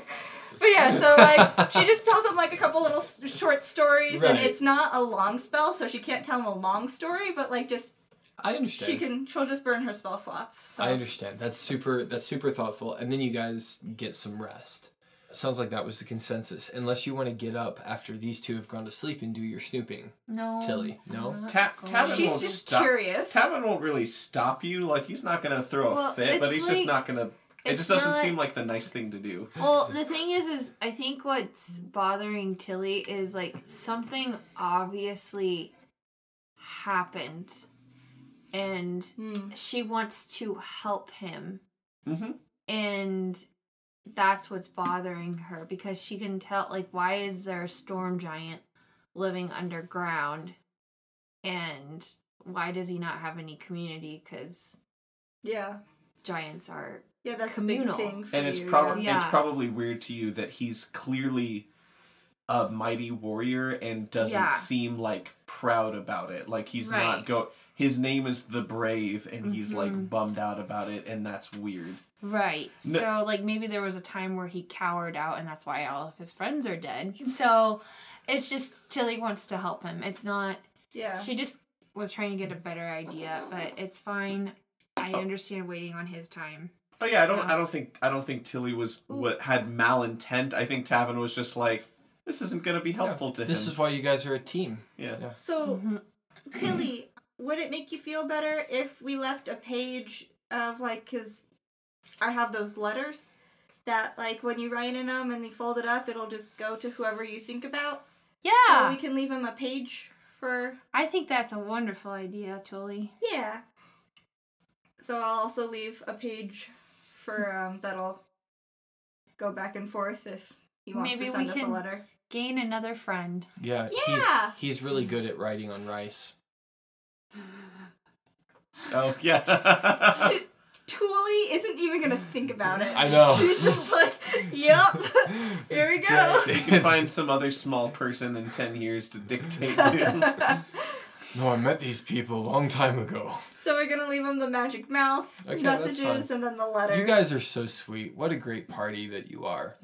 Speaker 3: But yeah, so like (laughs) she just tells him like a couple little s- short stories, and
Speaker 1: Right.
Speaker 3: it's not a long spell, so she can't tell him a long story. But like, just
Speaker 1: I understand.
Speaker 3: she can, she'll just burn her spell slots. So.
Speaker 1: I understand. That's super. That's super thoughtful. And then you guys get some rest. Sounds like that was the consensus. Unless you want to get up after these two have gone to sleep and do your snooping,
Speaker 5: No.
Speaker 1: Tilly.
Speaker 3: Uh-huh.
Speaker 1: No.
Speaker 4: Ta- Tavin
Speaker 3: She's
Speaker 4: won't
Speaker 3: just
Speaker 4: stop.
Speaker 3: curious.
Speaker 4: Tavin won't really stop you. Like he's not gonna throw
Speaker 2: Well,
Speaker 4: a fit, but
Speaker 2: it's
Speaker 4: he's
Speaker 2: like-
Speaker 4: just not gonna. It
Speaker 2: it's
Speaker 4: just doesn't
Speaker 2: not-
Speaker 4: seem like the nice thing to do.
Speaker 2: Well, the thing is, is I think what's bothering Tilly is like something obviously happened, and
Speaker 3: Hmm.
Speaker 2: she wants to help him,
Speaker 4: Mm-hmm.
Speaker 2: and that's what's bothering her because she can tell like why is there a storm giant living underground, and why does he not have any community? Because
Speaker 3: Yeah,
Speaker 2: giants are
Speaker 3: yeah, that's
Speaker 2: Communal.
Speaker 3: a big thing. For
Speaker 4: And it's
Speaker 3: you,
Speaker 4: probably
Speaker 2: yeah.
Speaker 4: it's probably weird to you that he's clearly a mighty warrior and doesn't
Speaker 2: Yeah.
Speaker 4: seem like proud about it. Like he's not
Speaker 2: Right.
Speaker 4: go. His name is the Brave, and he's
Speaker 2: Mhm.
Speaker 4: like bummed out about it, and that's weird.
Speaker 2: Right.
Speaker 4: No-
Speaker 2: So like maybe there was a time where he cowered out and that's why all of his friends are
Speaker 5: (laughs)
Speaker 2: dead. So it's just Tilly wants to help him. It's not
Speaker 3: Yeah,
Speaker 2: she just was trying to get a better idea, but it's fine. I
Speaker 5: Oh.
Speaker 2: understand waiting on his time.
Speaker 4: Oh yeah, I don't. I don't think. I don't think Tilly was what had malintent. I think Tavin was just like, this isn't going to be helpful to him.
Speaker 1: This is why you guys are a team.
Speaker 4: yeah.
Speaker 1: Yeah.
Speaker 5: Oh.
Speaker 4: Hmm.
Speaker 3: So,
Speaker 2: Mm-hmm.
Speaker 3: Tilly, would it make you feel better if we left a page of like, cause I have those letters that like when you write in them and they fold it up, it'll just go to whoever you think about. So
Speaker 2: Yeah.
Speaker 3: we can leave him a page for
Speaker 2: I think that's a wonderful idea, Tilly.
Speaker 3: yeah. So I'll also leave a page for um that'll go back and forth if he wants
Speaker 2: Maybe we
Speaker 3: to send us
Speaker 2: can-
Speaker 3: a letter.
Speaker 2: Gain another friend.
Speaker 1: Yeah.
Speaker 3: Yeah.
Speaker 1: He's, he's really good at writing on rice.
Speaker 4: Oh yeah. (laughs)
Speaker 3: Tuli isn't even gonna think about it.
Speaker 1: I know.
Speaker 3: She's just like, Yup, (laughs) here we go.
Speaker 4: you can find some other small person in ten years to
Speaker 1: (laughs)
Speaker 4: dictate to.
Speaker 1: No, I met these people a long time ago. (laughs)
Speaker 3: so we're gonna leave him the magic mouth
Speaker 1: Okay, that's
Speaker 3: messages
Speaker 1: fine.
Speaker 3: and then the letter.
Speaker 1: You guys are so sweet. What a great party that you are.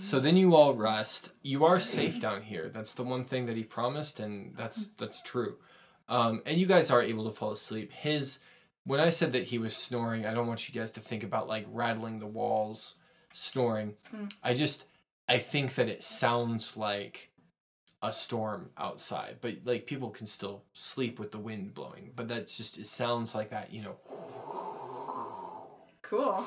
Speaker 1: So then you all rest. You are safe down here. That's the one thing that he promised, and that's that's true. Um, and you guys are able to fall asleep. His when I said that he was snoring, I don't want you guys to think about like rattling the walls, snoring. I just I think that it sounds like a storm outside, but like people can still sleep with the wind blowing. But that's just it sounds like that, you know.
Speaker 3: cool.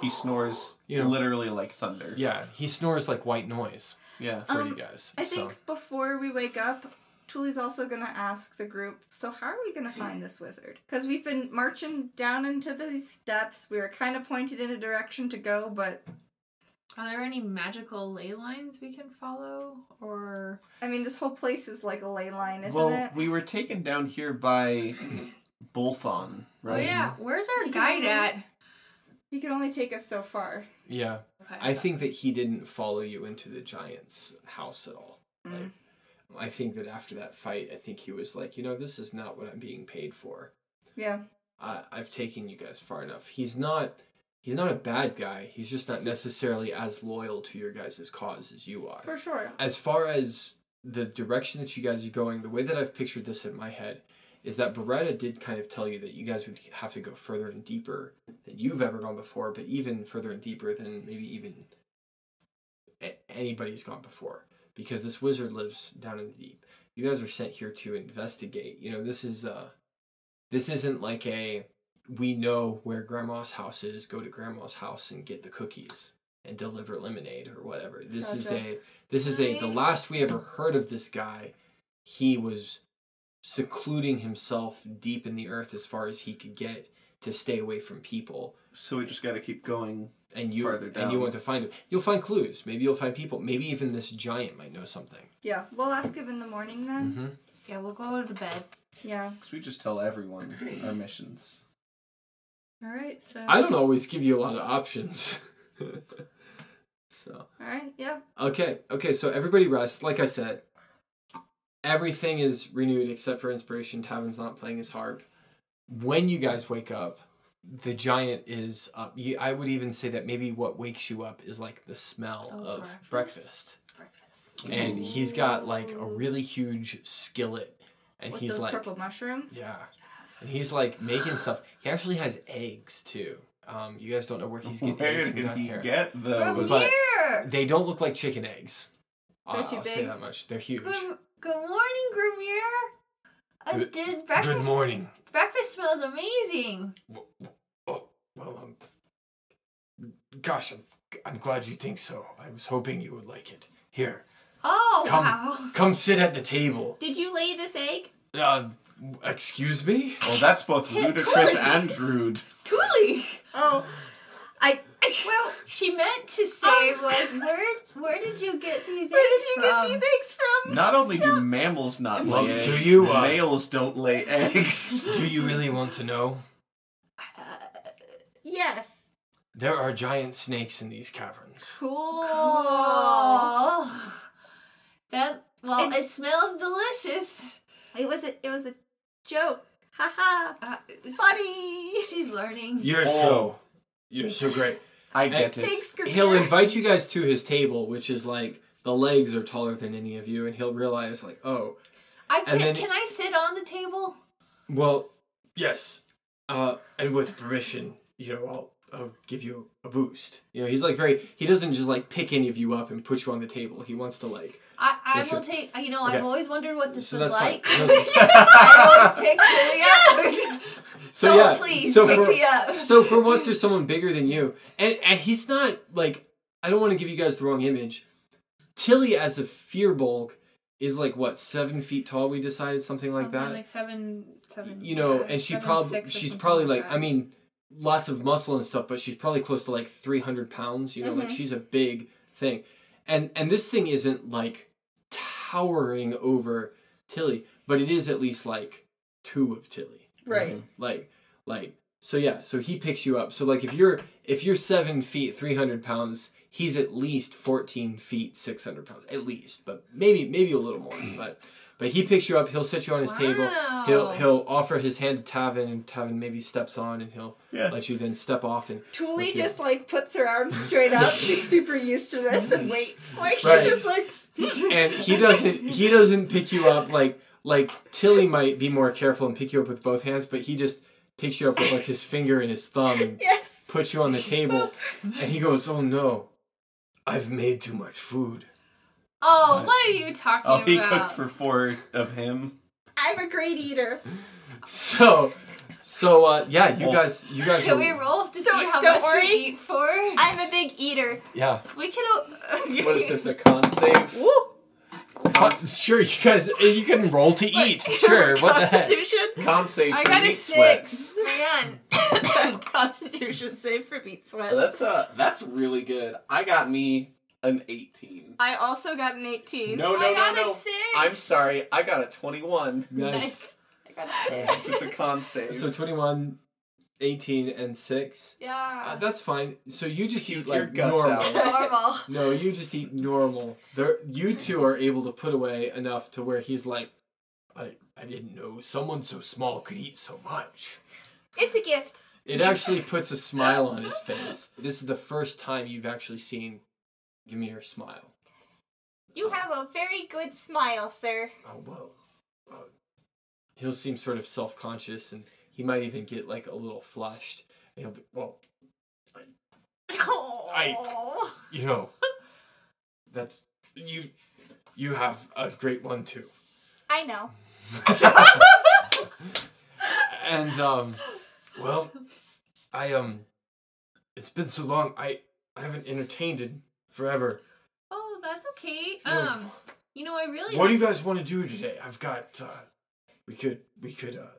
Speaker 4: He snores
Speaker 1: Yeah.
Speaker 4: literally like thunder.
Speaker 1: Yeah, he snores like white noise.
Speaker 4: Yeah.
Speaker 1: for
Speaker 3: Um,
Speaker 1: you guys.
Speaker 3: I
Speaker 1: so
Speaker 3: think before we wake up, Tuli's also gonna ask the group, so how are we gonna find this wizard? Because we've been marching down into these steps. We were kind of pointed in a direction to go, but
Speaker 5: Are there any magical ley lines we can follow? Or
Speaker 3: I mean, this whole place is like a ley line, isn't
Speaker 4: well,
Speaker 3: it?
Speaker 4: we were taken down here by Bolthon, right?
Speaker 5: Oh yeah, where's our
Speaker 3: He can
Speaker 5: guide
Speaker 3: only-
Speaker 5: at?
Speaker 3: He can only take us so far.
Speaker 1: yeah, I think that he didn't follow you into the giant's house at all.
Speaker 3: Hmm.
Speaker 1: Like, I think that after that fight, I think he was like, you know, this is not what I'm being paid for.
Speaker 3: Yeah.
Speaker 1: I, I've taken you guys far enough. He's not. He's not a bad guy. He's just not necessarily as loyal to your guys' cause as you are.
Speaker 3: For sure.
Speaker 1: as far as the direction that you guys are going, the way that I've pictured this in my head is that Beretta did kind of tell you that you guys would have to go further and deeper than you've ever gone before, but even further and deeper than maybe even a- anybody's gone before, because this wizard lives down in the deep. You guys are sent here to investigate. You know, this is uh, this isn't like a we know where grandma's house is. Go to grandma's house and get the cookies and deliver lemonade or whatever. This is
Speaker 3: Gotcha.
Speaker 1: a this is a the last we ever heard of this guy, he was secluding himself deep in the earth as far as he could get to stay away from people.
Speaker 4: So we just got to keep going.
Speaker 1: And you
Speaker 4: Farther
Speaker 1: and you
Speaker 4: down.
Speaker 1: want to find him. You'll find clues. Maybe you'll find people. Maybe even this giant might know something.
Speaker 3: Yeah, we'll ask him in the morning then.
Speaker 1: Mm-hmm.
Speaker 5: Yeah, we'll go to bed.
Speaker 3: Yeah.
Speaker 4: Because we just tell everyone our missions.
Speaker 2: All right, so
Speaker 1: I don't always give you a lot of options. (laughs) so
Speaker 3: All right. Yeah.
Speaker 1: okay, okay. So everybody rests. Like I said, everything is renewed except for inspiration. Tavin's not playing his harp. When you guys wake up, the giant is up. You, I would even say that maybe what wakes you up is like the smell
Speaker 2: Oh,
Speaker 1: of
Speaker 2: breakfast.
Speaker 1: breakfast.
Speaker 2: breakfast.
Speaker 1: and he's got like a really huge skillet and
Speaker 3: With
Speaker 1: he's
Speaker 3: those
Speaker 1: like
Speaker 3: purple mushrooms.
Speaker 1: yeah and he's like making stuff he actually has eggs too um you guys don't know where
Speaker 4: (laughs)
Speaker 1: he's getting eggs
Speaker 12: Where
Speaker 1: from
Speaker 12: did
Speaker 1: down
Speaker 12: he
Speaker 1: here.
Speaker 12: get those?
Speaker 1: But they don't look like chicken eggs
Speaker 3: They're
Speaker 1: uh,
Speaker 3: too
Speaker 1: i'll say
Speaker 3: big.
Speaker 1: that much they're huge
Speaker 5: Good, good morning, Grimier. I
Speaker 1: Good-
Speaker 5: did breakfast.
Speaker 1: good morning
Speaker 5: breakfast smells amazing.
Speaker 1: well um gosh I'm, I'm glad you think so i was hoping you would like it here
Speaker 5: Oh
Speaker 1: Come.
Speaker 5: wow. (laughs)
Speaker 1: come sit at the table
Speaker 8: Did you lay this egg?
Speaker 1: uh, excuse me
Speaker 12: Well, that's both ludicrous and rude.
Speaker 5: Tuli.
Speaker 8: Oh, I.
Speaker 3: (laughs)
Speaker 8: Well,
Speaker 5: She meant to say
Speaker 1: Oh,
Speaker 5: was where where did you get these
Speaker 8: where
Speaker 5: eggs
Speaker 8: did you get
Speaker 5: from?
Speaker 8: these eggs from?
Speaker 12: Not only do mammals not
Speaker 1: Well,
Speaker 12: lay
Speaker 1: do
Speaker 12: eggs,
Speaker 1: you, uh,
Speaker 12: males don't lay eggs.
Speaker 1: (laughs) do you really want to know
Speaker 5: Uh,
Speaker 8: Yes.
Speaker 1: There are giant snakes in these caverns.
Speaker 8: Cool.
Speaker 5: Cool. That well,
Speaker 8: And-
Speaker 5: it smells delicious.
Speaker 8: It was a. It was a joke. Haha.
Speaker 5: Uh, s-
Speaker 8: Funny.
Speaker 5: She's learning.
Speaker 1: You're so, you're so great.
Speaker 4: I get it.
Speaker 3: (laughs)
Speaker 4: (laughs)
Speaker 8: Thanks, Grimier.
Speaker 1: He'll invite you guys to his table, which is like the legs are taller than any of you, and he'll realize like, oh,
Speaker 5: I can.
Speaker 1: then-
Speaker 5: can I sit on the table?
Speaker 1: well, yes, uh, and with permission, you know, I'll I'll give you a boost. You know, he's like very. He doesn't just like pick any of you up and put you on the table. He wants to like.
Speaker 5: I, I
Speaker 1: Yeah, sure.
Speaker 5: will take. You know, I've
Speaker 1: Okay.
Speaker 5: always wondered what this
Speaker 1: So
Speaker 5: was
Speaker 1: that's
Speaker 5: like.
Speaker 1: fine. No,
Speaker 5: (laughs) I always pick (laughs) Tilly up.
Speaker 1: so
Speaker 5: Someone
Speaker 1: yeah.
Speaker 5: please
Speaker 1: so
Speaker 5: pick
Speaker 1: for-
Speaker 5: me up.
Speaker 1: so for once there's someone bigger than you and and he's not like i don't want to give you guys the wrong image tilly as a fear bulk is like what seven feet tall we decided something, like that
Speaker 2: Like seven, seven.
Speaker 1: you know
Speaker 2: yeah,
Speaker 1: and she
Speaker 2: seven,
Speaker 1: probably
Speaker 2: six or
Speaker 1: she's
Speaker 2: something
Speaker 1: probably like
Speaker 2: that.
Speaker 1: i mean lots of muscle and stuff but she's probably close to like 300 pounds you know
Speaker 2: Mm-hmm.
Speaker 1: like she's a big thing and and this thing isn't like towering over tilly but it is at least like two of tilly
Speaker 3: Right.
Speaker 1: Mm-hmm. like like so yeah so he picks you up so like if you're if you're seven feet 300 pounds he's at least 14 feet 600 pounds at least but maybe maybe a little more but but he picks you up he'll sit you on his table he'll
Speaker 5: Wow.
Speaker 1: he'll offer his hand to tavin and tavin maybe steps on and he'll
Speaker 12: Yeah.
Speaker 1: let you then step off and
Speaker 3: Tuli
Speaker 1: With you.
Speaker 3: just like puts her arms
Speaker 1: (laughs)
Speaker 3: straight up. She's super used to this and waits. (laughs) Like
Speaker 1: Right.
Speaker 3: she's
Speaker 1: (laughs)
Speaker 3: just like
Speaker 1: and he doesn't he doesn't pick you up like like tilly might be more careful and pick you up with both hands but he just picks you up with like his finger and his thumb and
Speaker 3: yes.
Speaker 1: puts you on the table, and he goes, "Oh no, I've made too much food."
Speaker 5: Oh, what are you talking
Speaker 4: Oh, he
Speaker 5: about?
Speaker 4: cooked for four of him.
Speaker 3: I'm a great eater.
Speaker 1: So, so uh, yeah, you
Speaker 4: Oh.
Speaker 1: guys, you guys,
Speaker 5: Can
Speaker 1: are-
Speaker 5: we roll to see
Speaker 8: Don't-
Speaker 5: how
Speaker 8: don't
Speaker 5: much
Speaker 8: worry.
Speaker 5: we eat for?
Speaker 8: I'm a big eater.
Speaker 1: Yeah,
Speaker 5: We can.
Speaker 4: (laughs) What is this, a con save?
Speaker 1: Con- sure, you guys, you can roll to eat. Sure,
Speaker 3: (laughs)
Speaker 1: what the heck?
Speaker 8: Constitution.
Speaker 4: Con save
Speaker 5: I
Speaker 4: for
Speaker 5: got a
Speaker 4: meat
Speaker 5: six,
Speaker 4: sweats.
Speaker 5: man.
Speaker 8: Constitution save for beat sweat.
Speaker 4: That's uh, that's really good. I got me an eighteen.
Speaker 8: I also got an 18.
Speaker 4: No, no,
Speaker 5: I got
Speaker 4: no,
Speaker 5: a
Speaker 4: no.
Speaker 5: six.
Speaker 4: I'm sorry. I got a twenty-one. (laughs)
Speaker 1: Nice.
Speaker 5: I got a
Speaker 1: (laughs)
Speaker 5: six. (laughs)
Speaker 4: It's a con save.
Speaker 1: So 21, 18, and six. Uh,
Speaker 5: Yeah.
Speaker 1: that's fine. So you just
Speaker 4: Puke
Speaker 1: eat
Speaker 4: Ah. your
Speaker 1: like
Speaker 4: guts
Speaker 1: normal.
Speaker 5: (laughs)
Speaker 4: out.
Speaker 5: Normal.
Speaker 1: (laughs) No, you just eat normal. There, you two are able to put away enough to where he's like, I, I didn't know someone so small could eat so much.
Speaker 8: It's a gift.
Speaker 4: (laughs)
Speaker 1: It actually puts a smile on his face. This is the first time you've actually seen Ymir smile.
Speaker 8: You have a very good smile, sir.
Speaker 1: Oh, whoa. Uh, he'll seem sort of self conscious and he might even get like a little flushed. And he'll be, well, I- you know, that's, you, you have a great one too.
Speaker 8: I know.
Speaker 1: (laughs) and um well i um it's been so long i i haven't entertained in forever
Speaker 5: (laughs) Oh, that's okay.
Speaker 1: (sighs) Well-
Speaker 5: Um, you know, I really
Speaker 1: what do you guys want to do today i've got uh we could we could uh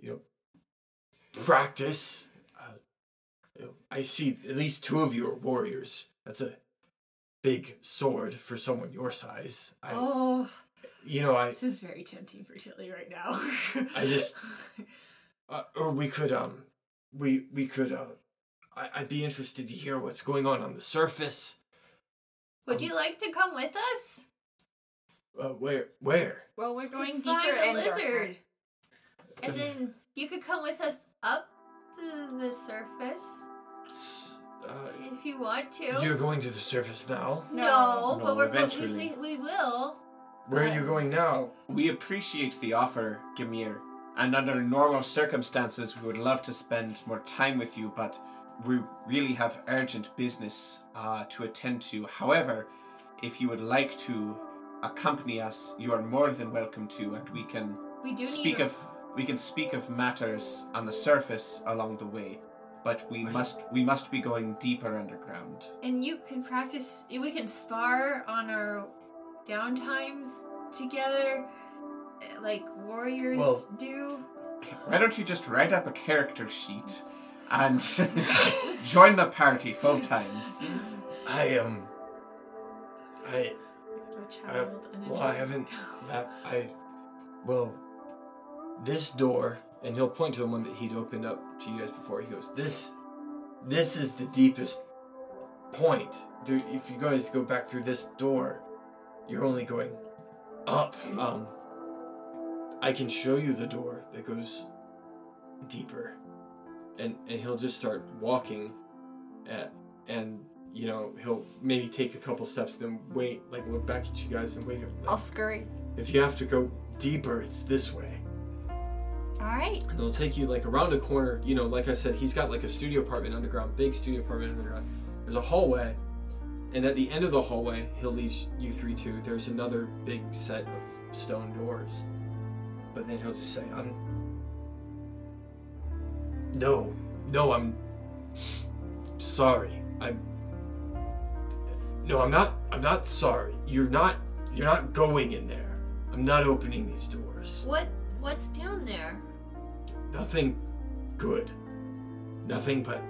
Speaker 1: you know practice uh, you know, i see at least two of you are warriors that's a big sword for someone your size i
Speaker 5: Oh,
Speaker 1: you know i
Speaker 5: this is very tempting for Tilly right now. (laughs)
Speaker 1: I just- uh, or we could um we we could uh I, i'd be interested to hear what's going on on the surface Um,
Speaker 5: Would you like to come with us?
Speaker 1: uh, where where
Speaker 8: Well, we're going
Speaker 5: to
Speaker 8: deeper
Speaker 5: find a
Speaker 8: and
Speaker 5: lizard. And
Speaker 1: To-
Speaker 5: then you could come with us up to the surface
Speaker 1: S- uh,
Speaker 5: if you want to.
Speaker 1: you're going to the surface now
Speaker 5: no,
Speaker 4: No,
Speaker 5: but we're go- we,
Speaker 4: eventually.
Speaker 5: we, we will.
Speaker 1: where are you going now
Speaker 4: We appreciate the offer, Gamir, and under normal circumstances, we would love to spend more time with you, but we really have urgent business uh, to attend to. However, if you would like to accompany us, you are more than welcome to, and we can
Speaker 5: We do
Speaker 4: speak
Speaker 5: need a-
Speaker 4: of we can speak of matters on the surface along the way, but we
Speaker 1: I-
Speaker 4: must we must be going deeper underground.
Speaker 5: and you can practice we can spar on our downtimes together eh, like warriors
Speaker 1: Well-
Speaker 5: do.
Speaker 4: Why don't you just write up a character sheet and (laughs) join the party full time?
Speaker 1: i am i
Speaker 5: A child and a
Speaker 1: well, I
Speaker 5: giant. (laughs)
Speaker 1: haven't- That I well this door and he'll point to the one that he'd opened up to you guys before he goes this this is the deepest point there, if you guys go back through this door you're only going up um i can show you the door that goes deeper and and he'll just start walking at, and you know he'll maybe take a couple steps then wait like look back at you guys and wait
Speaker 3: I'll scurry.
Speaker 1: if you have to go deeper, it's this way.
Speaker 8: All right.
Speaker 1: And it'll take you like around a corner. You know, like I said, he's got like a studio apartment underground, big studio apartment underground. There's a hallway, and at the end of the hallway, he'll lead you three to. There's another big set of stone doors, but then he'll just say, "I'm no, no, I'm sorry. I'm no, I'm not. I'm not sorry. You're not. You're not going in there. I'm not opening these doors."
Speaker 5: What what's down there?
Speaker 1: Nothing good. Nothing but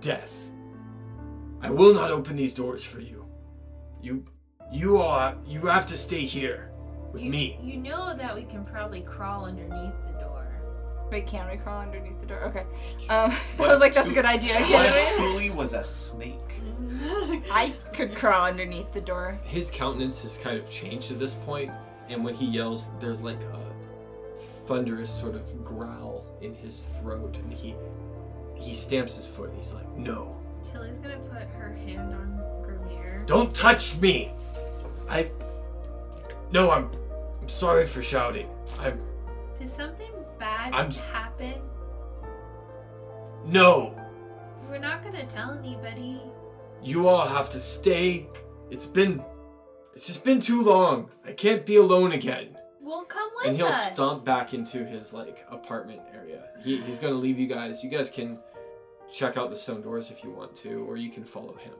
Speaker 1: death. I will not open these doors for you. You you all you have to stay here with
Speaker 5: you,
Speaker 1: me.
Speaker 5: You know that we can probably crawl underneath the door.
Speaker 3: Wait, can we crawl underneath the door? Okay.
Speaker 8: (laughs)
Speaker 3: Um, I was like, that's a good idea.
Speaker 4: What if Tuli was a snake?
Speaker 3: I could crawl underneath the door.
Speaker 1: His countenance has kind of changed at this point, and when he yells, there's like a thunderous sort of growl in his throat, and he he stamps his foot and he's like, No.
Speaker 5: Tilly's gonna put her hand on Grimir.
Speaker 1: Don't touch me! I. No, I'm. I'm sorry for shouting. I'm.
Speaker 5: Did something bad
Speaker 1: I'm-
Speaker 5: happen?
Speaker 1: No!
Speaker 5: We're not gonna tell anybody.
Speaker 1: You all have to stay. It's been. It's just been too long. I can't be alone again.
Speaker 5: Well come with
Speaker 1: and he'll
Speaker 5: us.
Speaker 1: stomp back into his, like, apartment area. He, he's gonna leave you guys. You guys can check out the stone doors if you want to, or you can follow him.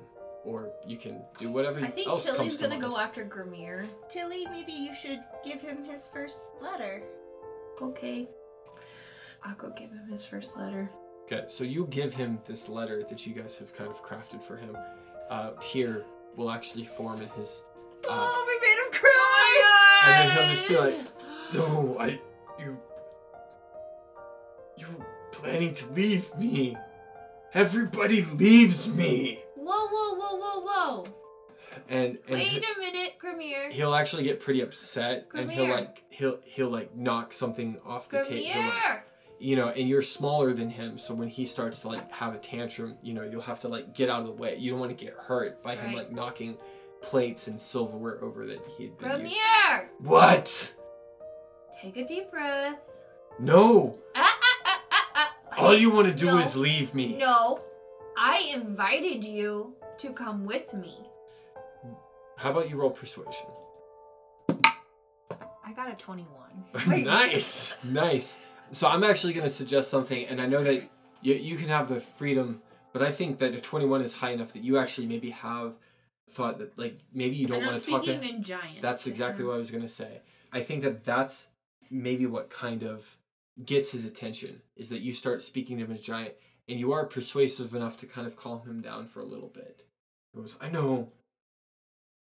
Speaker 1: Or you can do whatever
Speaker 5: I think
Speaker 1: else comes
Speaker 5: Tilly's
Speaker 1: to
Speaker 5: gonna
Speaker 1: mind.
Speaker 5: go after Grimir.
Speaker 8: Tilly, maybe you should give him his first letter.
Speaker 5: Okay. I'll go give him his first letter.
Speaker 1: Okay, so you give him this letter that you guys have kind of crafted for him. Uh, tear will actually form in his. Uh,
Speaker 3: Oh, we made him cry!
Speaker 8: Oh
Speaker 1: and then he'll just be like,
Speaker 5: (gasps)
Speaker 1: "No, I, you, you're planning to leave me. Everybody leaves me."
Speaker 5: Whoa, whoa, whoa, whoa, whoa.
Speaker 1: And and
Speaker 5: Wait a minute, Grimir.
Speaker 1: he'll actually get pretty upset, and he'll
Speaker 5: Grimir.
Speaker 1: like he'll he'll like knock something off the table. He'll, like,
Speaker 5: Grimir!
Speaker 1: you know, and you're smaller than him, so when he starts to like have a tantrum, you know, you'll have to like get out of the way. You don't want to get hurt by him
Speaker 5: Right.
Speaker 1: like knocking plates and silverware over that he had been. using.
Speaker 5: Grimir!
Speaker 1: What?
Speaker 5: Take a deep breath.
Speaker 1: No!
Speaker 5: Ah, ah, ah, ah, ah.
Speaker 1: All
Speaker 5: Hey,
Speaker 1: you want to do
Speaker 5: no.
Speaker 1: is leave me.
Speaker 5: No. I invited you to come with me.
Speaker 1: How about you roll persuasion? (laughs)
Speaker 5: I got a 21.
Speaker 1: nice, nice. So I'm actually going to suggest something, and I know that you, you can have the freedom, but I think that a 21 is high enough that you actually maybe have thought that like maybe you don't
Speaker 5: and I'm
Speaker 1: want to talk to
Speaker 5: speaking in giant.
Speaker 1: That's exactly
Speaker 5: Mm-hmm.
Speaker 1: what I was going to say. I think that that's maybe what kind of gets his attention is that you start speaking to him as giant and you are persuasive enough to kind of calm him down for a little bit. He goes, I know,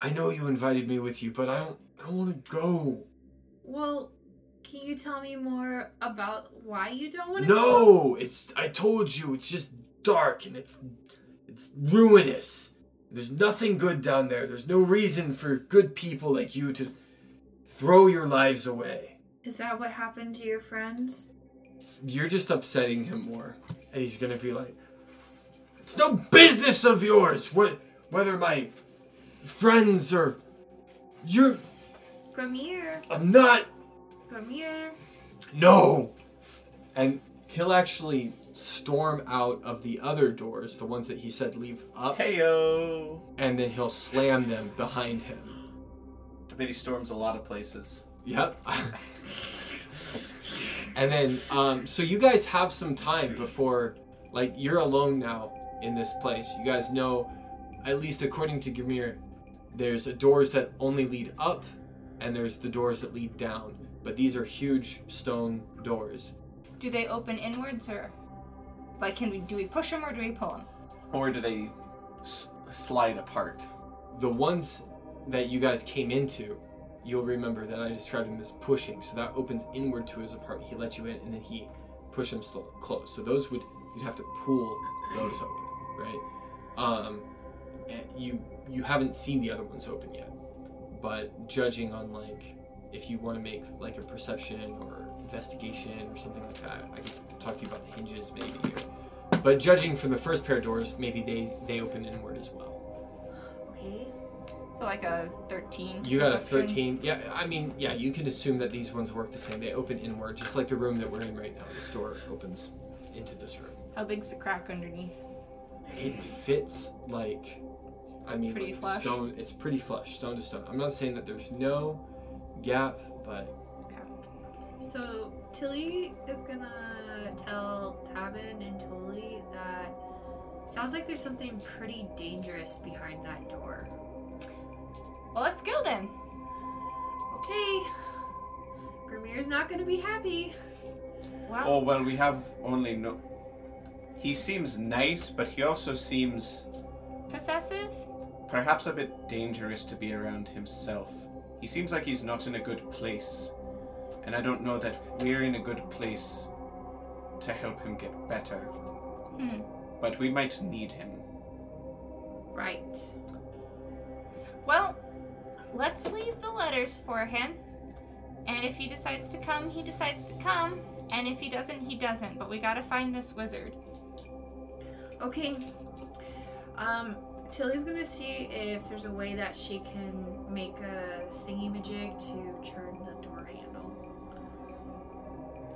Speaker 1: I know you invited me with you, but I don't, I don't want to go.
Speaker 5: Well, can you tell me more about why you don't want to?
Speaker 1: No, it's, I told you, it's just dark and it's, it's ruinous. There's nothing good down there. There's no reason for good people like you to throw your lives away.
Speaker 5: Is that what happened to your friends?
Speaker 1: you're just upsetting him more. And he's gonna be like, It's no business of yours what whether my friends or you're
Speaker 5: Come here,
Speaker 1: I'm not
Speaker 5: come here.
Speaker 1: no and he'll actually storm out of the other doors, the ones that he said leave up,
Speaker 12: Heyo.
Speaker 1: and then he'll slam them behind him.
Speaker 4: Maybe storms a lot of places.
Speaker 1: Yep. and then, um, so you guys have some time before, like, you're alone now in this place. You guys know, at least according to Gamir, there's doors that only lead up, and there's the doors that lead down. But these are huge stone doors.
Speaker 8: Do they open inwards or like can we do we push them or do we pull them?
Speaker 4: Or do they s- slide apart?
Speaker 1: The ones that you guys came into, you'll remember that I described him as pushing. So that opens inward to his apartment. He lets you in, and then he pushed him still close. So those would you'd have to pull those open, right? Um, and you you haven't seen the other ones open yet, but judging on like if you want to make like a perception or investigation or something like that, I could talk to you about the hinges maybe. Or, but judging from the first pair of doors, maybe they they open inward as well.
Speaker 5: Okay.
Speaker 8: So like a thirteen.
Speaker 1: You got a
Speaker 8: perception?
Speaker 1: 13. Yeah, I mean, yeah, you can assume that these ones work the same. They open inward, just like the room that we're in right now. This door opens into this room.
Speaker 8: How big's the crack underneath?
Speaker 1: It fits like, I mean,
Speaker 8: Pretty
Speaker 1: like
Speaker 8: flush.
Speaker 1: stone. It's pretty flush, stone to stone. I'm not saying that there's no gap, but
Speaker 5: So Tilly is gonna tell Tabin and Tully that sounds like there's something pretty dangerous behind that door.
Speaker 8: Well let's go then.
Speaker 5: Okay. Grimir's not gonna be happy.
Speaker 8: Wow.
Speaker 4: Oh well, we have only no. He seems nice, but he also seems
Speaker 8: Possessive?
Speaker 4: perhaps a bit dangerous to be around himself. He seems like he's not in a good place, and I don't know that we're in a good place to help him get better.
Speaker 8: Hmm.
Speaker 4: But we might need him.
Speaker 5: Right.
Speaker 8: Well, let's leave the letters for him. And if he decides to come, he decides to come. And if he doesn't, he doesn't. But we gotta find this wizard.
Speaker 5: Okay. Um, Tilly's gonna see if there's a way that she can make a thingy magic to turn the door handle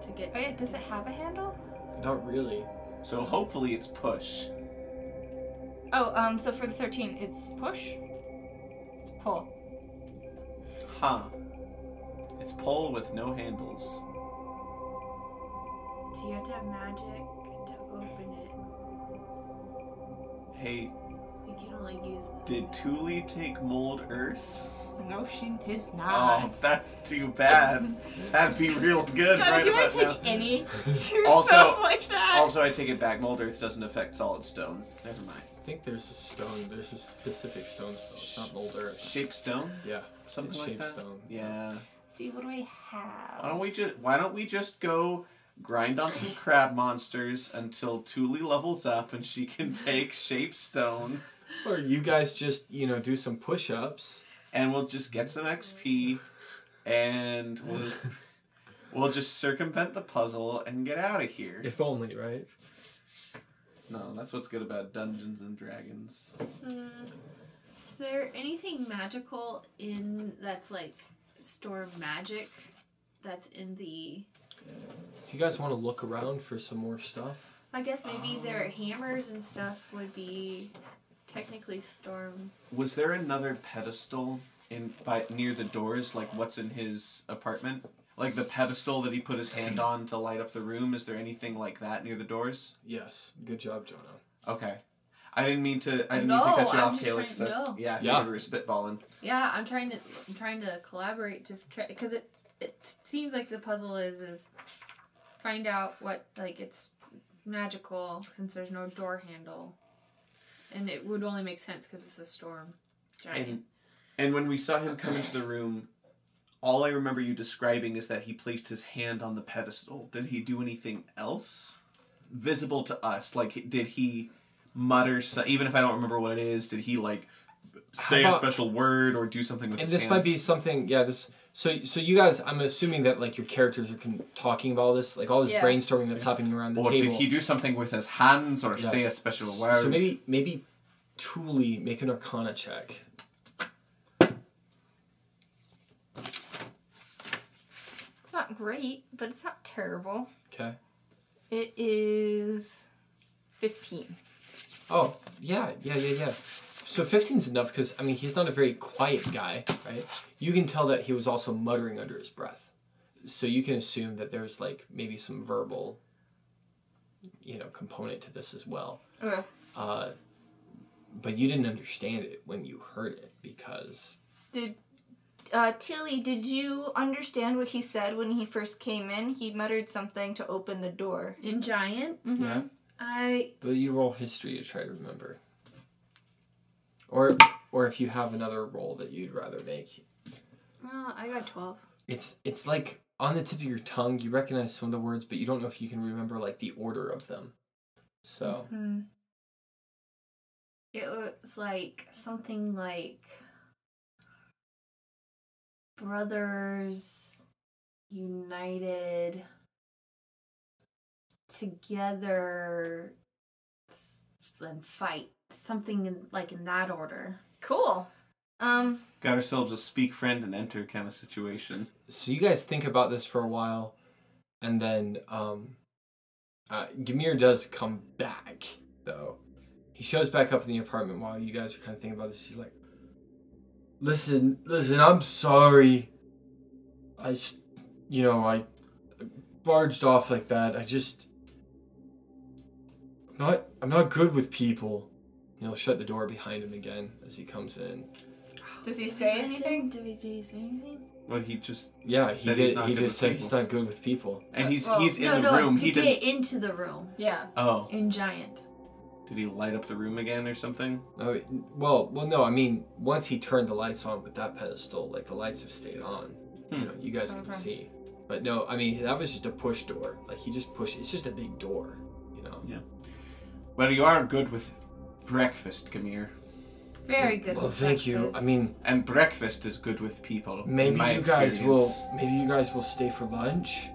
Speaker 5: to get.
Speaker 8: Oh yeah, does it have a handle?
Speaker 1: not really.
Speaker 4: So hopefully it's push.
Speaker 8: Oh, um, so for the 13, it's push? It's pull.
Speaker 4: Huh. It's pole with no handles.
Speaker 5: Do you have to have magic to open it?
Speaker 4: Hey,
Speaker 5: We can only use. The
Speaker 4: did Thule take mold earth?
Speaker 8: No, she did
Speaker 4: Oh, that's too bad. That'd be real good Oh. right
Speaker 8: do I
Speaker 4: about
Speaker 8: take
Speaker 4: now.
Speaker 8: any
Speaker 4: (laughs)
Speaker 8: (laughs)
Speaker 4: Also-
Speaker 8: stuff like that?
Speaker 4: Also, I take it back. Mold earth doesn't affect solid stone. Never mind.
Speaker 1: I think there's a stone. There's a specific stone still. It's not mold earth.
Speaker 4: Shape stone?
Speaker 1: Yeah,
Speaker 4: Something
Speaker 1: it's
Speaker 4: like
Speaker 1: shaped
Speaker 4: that.
Speaker 1: stone.
Speaker 4: Yeah.
Speaker 8: see, what do I
Speaker 4: Why
Speaker 8: have?
Speaker 4: don't we just Why don't we just go grind on some crab monsters until Thule levels up and she can take shape stone,
Speaker 1: Or you guys just you know do some push-ups.
Speaker 4: and we'll just get some XP, and we'll we'll just circumvent the puzzle and get out of here.
Speaker 1: If only, right?
Speaker 4: No, that's what's good about Dungeons and Dragons.
Speaker 5: Is there anything magical in that's like storm magic that's in the?
Speaker 1: If you guys want to look around for some more stuff,
Speaker 5: I guess maybe their hammers and stuff would be technically storm.
Speaker 4: Was there another pedestal in by near the doors, like what's in his apartment? Like the pedestal that he put his hand on to light up the room? Is there anything like that near the doors?
Speaker 1: yes. Good job, Jono.
Speaker 4: Okay. I didn't mean to. I didn't
Speaker 5: No,
Speaker 4: mean to cut you
Speaker 5: I'm
Speaker 4: off,
Speaker 5: just
Speaker 4: Calix.
Speaker 5: trying-
Speaker 4: so-
Speaker 5: no.
Speaker 4: Yeah, I figured
Speaker 1: Yeah.
Speaker 4: we were spitballing.
Speaker 5: Yeah, I'm trying to I'm trying to collaborate to try because it it seems like the puzzle is is find out what like it's magical since there's no door handle, and it would only make sense because it's a storm giant.
Speaker 4: And and when we saw him come into the room, all I remember you describing is that he placed his hand on the pedestal. Did he do anything else visible to us? Like, did he mutter? So, even if I don't remember what it is, did he like say
Speaker 1: How
Speaker 4: a
Speaker 1: about-
Speaker 4: special word or do something with
Speaker 1: and
Speaker 4: his
Speaker 1: this
Speaker 4: hands?
Speaker 1: might be something yeah this so so you guys i'm assuming that like your characters are con- talking about all this like all this
Speaker 3: Yeah.
Speaker 1: brainstorming that's happening around the
Speaker 4: Or
Speaker 1: table
Speaker 4: did he do something with his hands or
Speaker 1: Yeah.
Speaker 4: say a special word?
Speaker 1: so maybe maybe Thule make an arcana check
Speaker 3: It's not great, but it's not terrible.
Speaker 1: okay
Speaker 3: It is 15.
Speaker 1: oh yeah yeah yeah yeah so 15's enough because i mean he's not a very quiet guy right you can tell that he was also muttering under his breath so you can assume that there's like maybe some verbal you know component to this as well
Speaker 3: Okay.
Speaker 1: Uh, but you didn't understand it when you heard it because
Speaker 3: Did uh, Tilly, did you understand what he said when he first came in? He muttered something to open the door.
Speaker 5: in giant,
Speaker 3: Mm-hmm.
Speaker 1: yeah.
Speaker 5: I
Speaker 1: But you roll history to try to remember. Or or if you have another roll that you'd rather make,
Speaker 5: well I got twelve.
Speaker 1: it's it's like on the tip of your tongue. You recognize some of the words, but you don't know if you can remember like the order of them. So
Speaker 5: Hmm. It was like something like brothers united together s- and fight something in, like in that order.
Speaker 3: Cool. Um,
Speaker 4: Got ourselves a speak friend and enter kind of situation.
Speaker 1: so you guys think about this for a while, and then um, uh, Gamir does come back though. He shows back up in the apartment while you guys are kind of thinking about this. He's like, "Listen, listen, I'm sorry. I, s- you know, I barged off like that. I just, I'm not, I'm not good with people." And he'll shut the door behind him again as he comes in.
Speaker 3: does he say anything?
Speaker 5: Did he, say anything?
Speaker 4: Well, he just
Speaker 1: Yeah, he
Speaker 4: said he's
Speaker 1: did.
Speaker 4: not
Speaker 1: He
Speaker 4: good
Speaker 1: just
Speaker 4: with
Speaker 1: said he's
Speaker 4: people.
Speaker 1: not good with people.
Speaker 4: and he's
Speaker 3: Well,
Speaker 4: he's in
Speaker 5: no,
Speaker 4: the
Speaker 5: no,
Speaker 4: room.
Speaker 5: to
Speaker 4: He
Speaker 5: get
Speaker 4: didn't.
Speaker 5: into the room
Speaker 3: Yeah.
Speaker 4: Oh,
Speaker 5: in giant.
Speaker 4: did he light up the room again or something?
Speaker 1: Oh, it- well, well, no. I mean, once he turned the lights on with that pedestal, like the lights have stayed on. You
Speaker 4: Hmm.
Speaker 1: know, you guys can
Speaker 3: Okay.
Speaker 1: see. But no, I mean that was just a push door. Like he just pushed. It's just a big door. You know.
Speaker 4: Well, you are good with breakfast, Gamir,
Speaker 5: Very good.
Speaker 1: Well,
Speaker 5: with
Speaker 1: thank you. I
Speaker 5: breakfast.
Speaker 1: mean,
Speaker 4: and breakfast is good with people. in
Speaker 1: maybe
Speaker 4: my
Speaker 1: you guys will.
Speaker 4: experience.
Speaker 1: Maybe you guys will stay for lunch.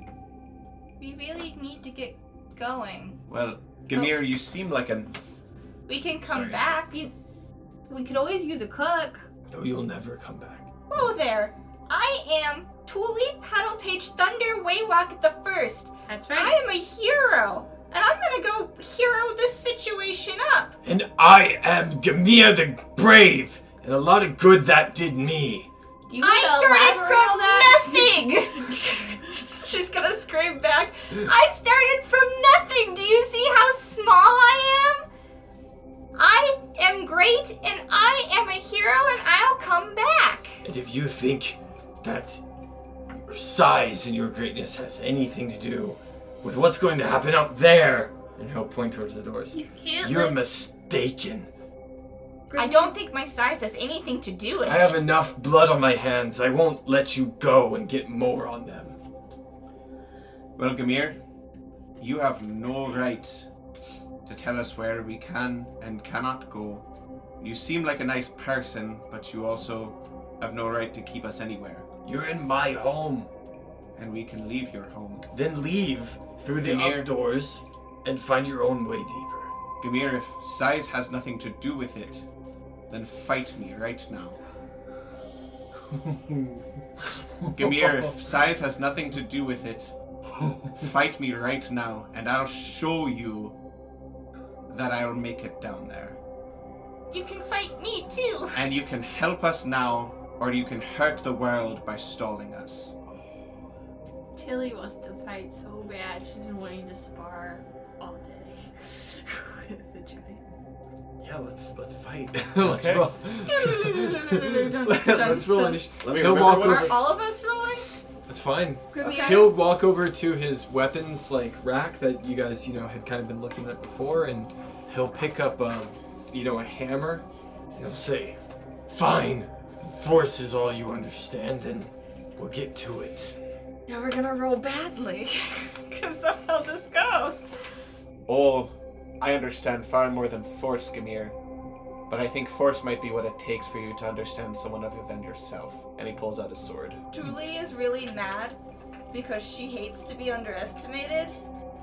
Speaker 3: We really need to get going.
Speaker 4: Well,
Speaker 5: Oh.
Speaker 4: Gamir, you seem like an.
Speaker 3: We can come
Speaker 4: Sorry.
Speaker 3: back.
Speaker 5: we could always use a cook.
Speaker 1: No, you'll never come back.
Speaker 3: Hello there. I am Tuli Paddle Page Thunder Waywalk the First.
Speaker 5: That's
Speaker 3: I am a hero, and I'm gonna go hero this situation up.
Speaker 1: And I am Gamir the Brave, and a lot of good that did me.
Speaker 5: Do you
Speaker 3: I
Speaker 5: wanna
Speaker 3: started
Speaker 5: elaborate on that?
Speaker 3: from nothing. (laughs) She's gonna scream back. I started from nothing. Do you see how small I am? I am great, and I am a hero, and I'll come back.
Speaker 1: And if you think that your size and your greatness has anything to do with what's going to happen out there, and he'll point towards the doors,
Speaker 5: (laughs) You can't.
Speaker 1: you're
Speaker 5: let
Speaker 1: mistaken.
Speaker 3: I don't think my size has anything to do with
Speaker 1: I have
Speaker 3: it.
Speaker 1: enough blood on my hands. I won't let you go and get more on them.
Speaker 4: Well, Gamir, you have no right to tell us where we can and cannot go. You seem like a nice person, but you also have no right to keep us anywhere.
Speaker 1: You're in my home.
Speaker 4: And we can leave your home.
Speaker 1: Then leave through the
Speaker 4: Come here.
Speaker 1: outdoors and find your own way deeper.
Speaker 4: Gamir, if size has nothing to do with it, then fight me right now. Gamir, if size has nothing to do with it, fight me right now, and I'll show you that I'll make it down there.
Speaker 3: You can fight me too.
Speaker 4: And you can help us now, or you can hurt the world by stalling us.
Speaker 5: Tilly wants to fight so (laughs) bad. She's been wanting to spar all day with the giant.
Speaker 1: Yeah, let's let's fight. let's roll. let's
Speaker 3: Let's
Speaker 1: roll. initi-
Speaker 4: Let me
Speaker 1: He'll
Speaker 4: remember
Speaker 1: walk
Speaker 4: what
Speaker 1: over.
Speaker 4: it's-
Speaker 8: All of us rolling?
Speaker 1: That's fine.
Speaker 5: Grimmy, I-
Speaker 1: He'll walk over to his weapons like rack that you guys you know had kind of been looking at before, and he'll pick up um, you know a hammer. And he'll say, "Fine, force is all you understand, and we'll get to it."
Speaker 8: Now we're gonna roll
Speaker 3: (laughs)
Speaker 8: badly. Because that's how this goes.
Speaker 4: Oh, I understand far more than force, Gamir. But I think force might be what it takes for you to understand someone other than yourself. And he pulls out his sword.
Speaker 3: Julie is really mad because she hates to be underestimated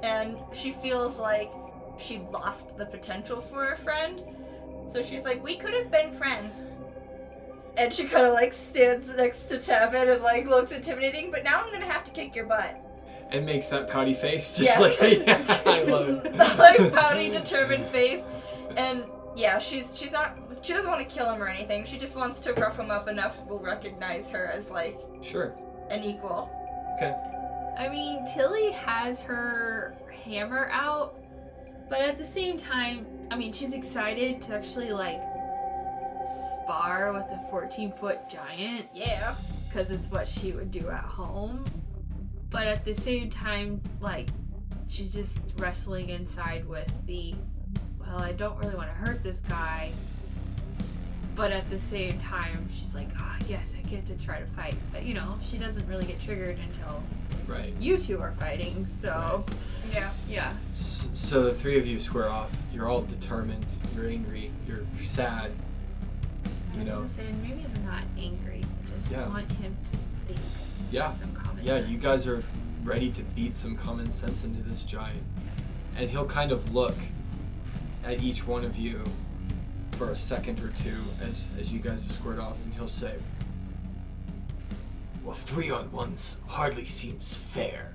Speaker 3: and she feels like she lost the potential for her friend. So she's like, We could have been friends. And she kind of like stands next to Tavin and like looks intimidating, but now I'm gonna have to kick your butt.
Speaker 1: And makes that pouty face, just
Speaker 3: Yes.
Speaker 1: like (laughs)
Speaker 3: (laughs)
Speaker 1: I love it.
Speaker 3: the
Speaker 1: (laughs)
Speaker 3: like pouty, determined face. And yeah, she's she's not she doesn't want to kill him or anything. She just wants to rough him up enough we'll recognize her as like
Speaker 1: Sure.
Speaker 3: an equal.
Speaker 5: I mean, Tilly has her hammer out, but at the same time, I mean, she's excited to actually like spar with a 14 foot giant
Speaker 3: Yeah.
Speaker 5: because it's what she would do at home. But at the same time, like, she's just wrestling inside with the, well, I don't really want to hurt this guy. But at the same time, she's like, ah, yes, I get to try to fight. But you know, she doesn't really get triggered until
Speaker 1: Right.
Speaker 5: you two are fighting, so
Speaker 3: Yeah.
Speaker 5: yeah.
Speaker 1: S- So the three of you square off. You're all determined. You're angry. You're sad.
Speaker 5: I
Speaker 1: You
Speaker 5: was
Speaker 1: know.
Speaker 5: gonna say maybe I'm not angry. I just
Speaker 1: Yeah.
Speaker 5: want him to think
Speaker 1: Yeah.
Speaker 5: of some comments.
Speaker 1: Yeah. You guys are ready to beat some common sense into this giant, and he'll kind of look at each one of you for a second or two as as you guys have squared off, and he'll say, "Well, three on ones hardly seems fair."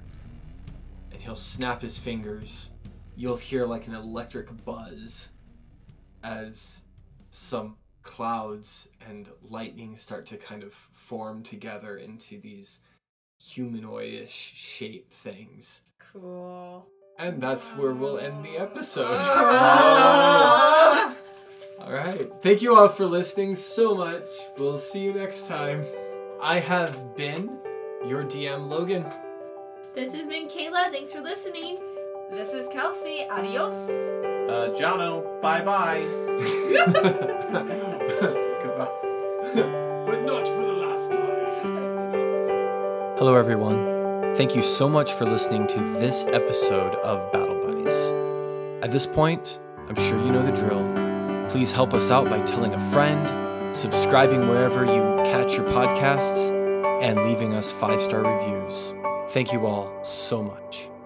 Speaker 1: And he'll snap his fingers. You'll hear like an electric buzz as some clouds and lightning start to kind of form together into these humanoidish shape things.
Speaker 3: Cool.
Speaker 1: And that's where we'll end the
Speaker 3: (laughs)
Speaker 1: episode. all right. Thank you all for listening so much. We'll see you next time. I have been your DM Logan.
Speaker 5: This has been Kayla. Thanks for listening.
Speaker 3: This is Kelsey. Adios.
Speaker 4: Uh, Jono, bye bye. Goodbye.
Speaker 1: But not for the last time.
Speaker 13: Hello, everyone. Thank you so much for listening to this episode of Battle Buddies. At this point, I'm sure you know the drill. Please help us out by telling a friend, subscribing wherever you catch your podcasts, and leaving us five star reviews. Thank you all so much.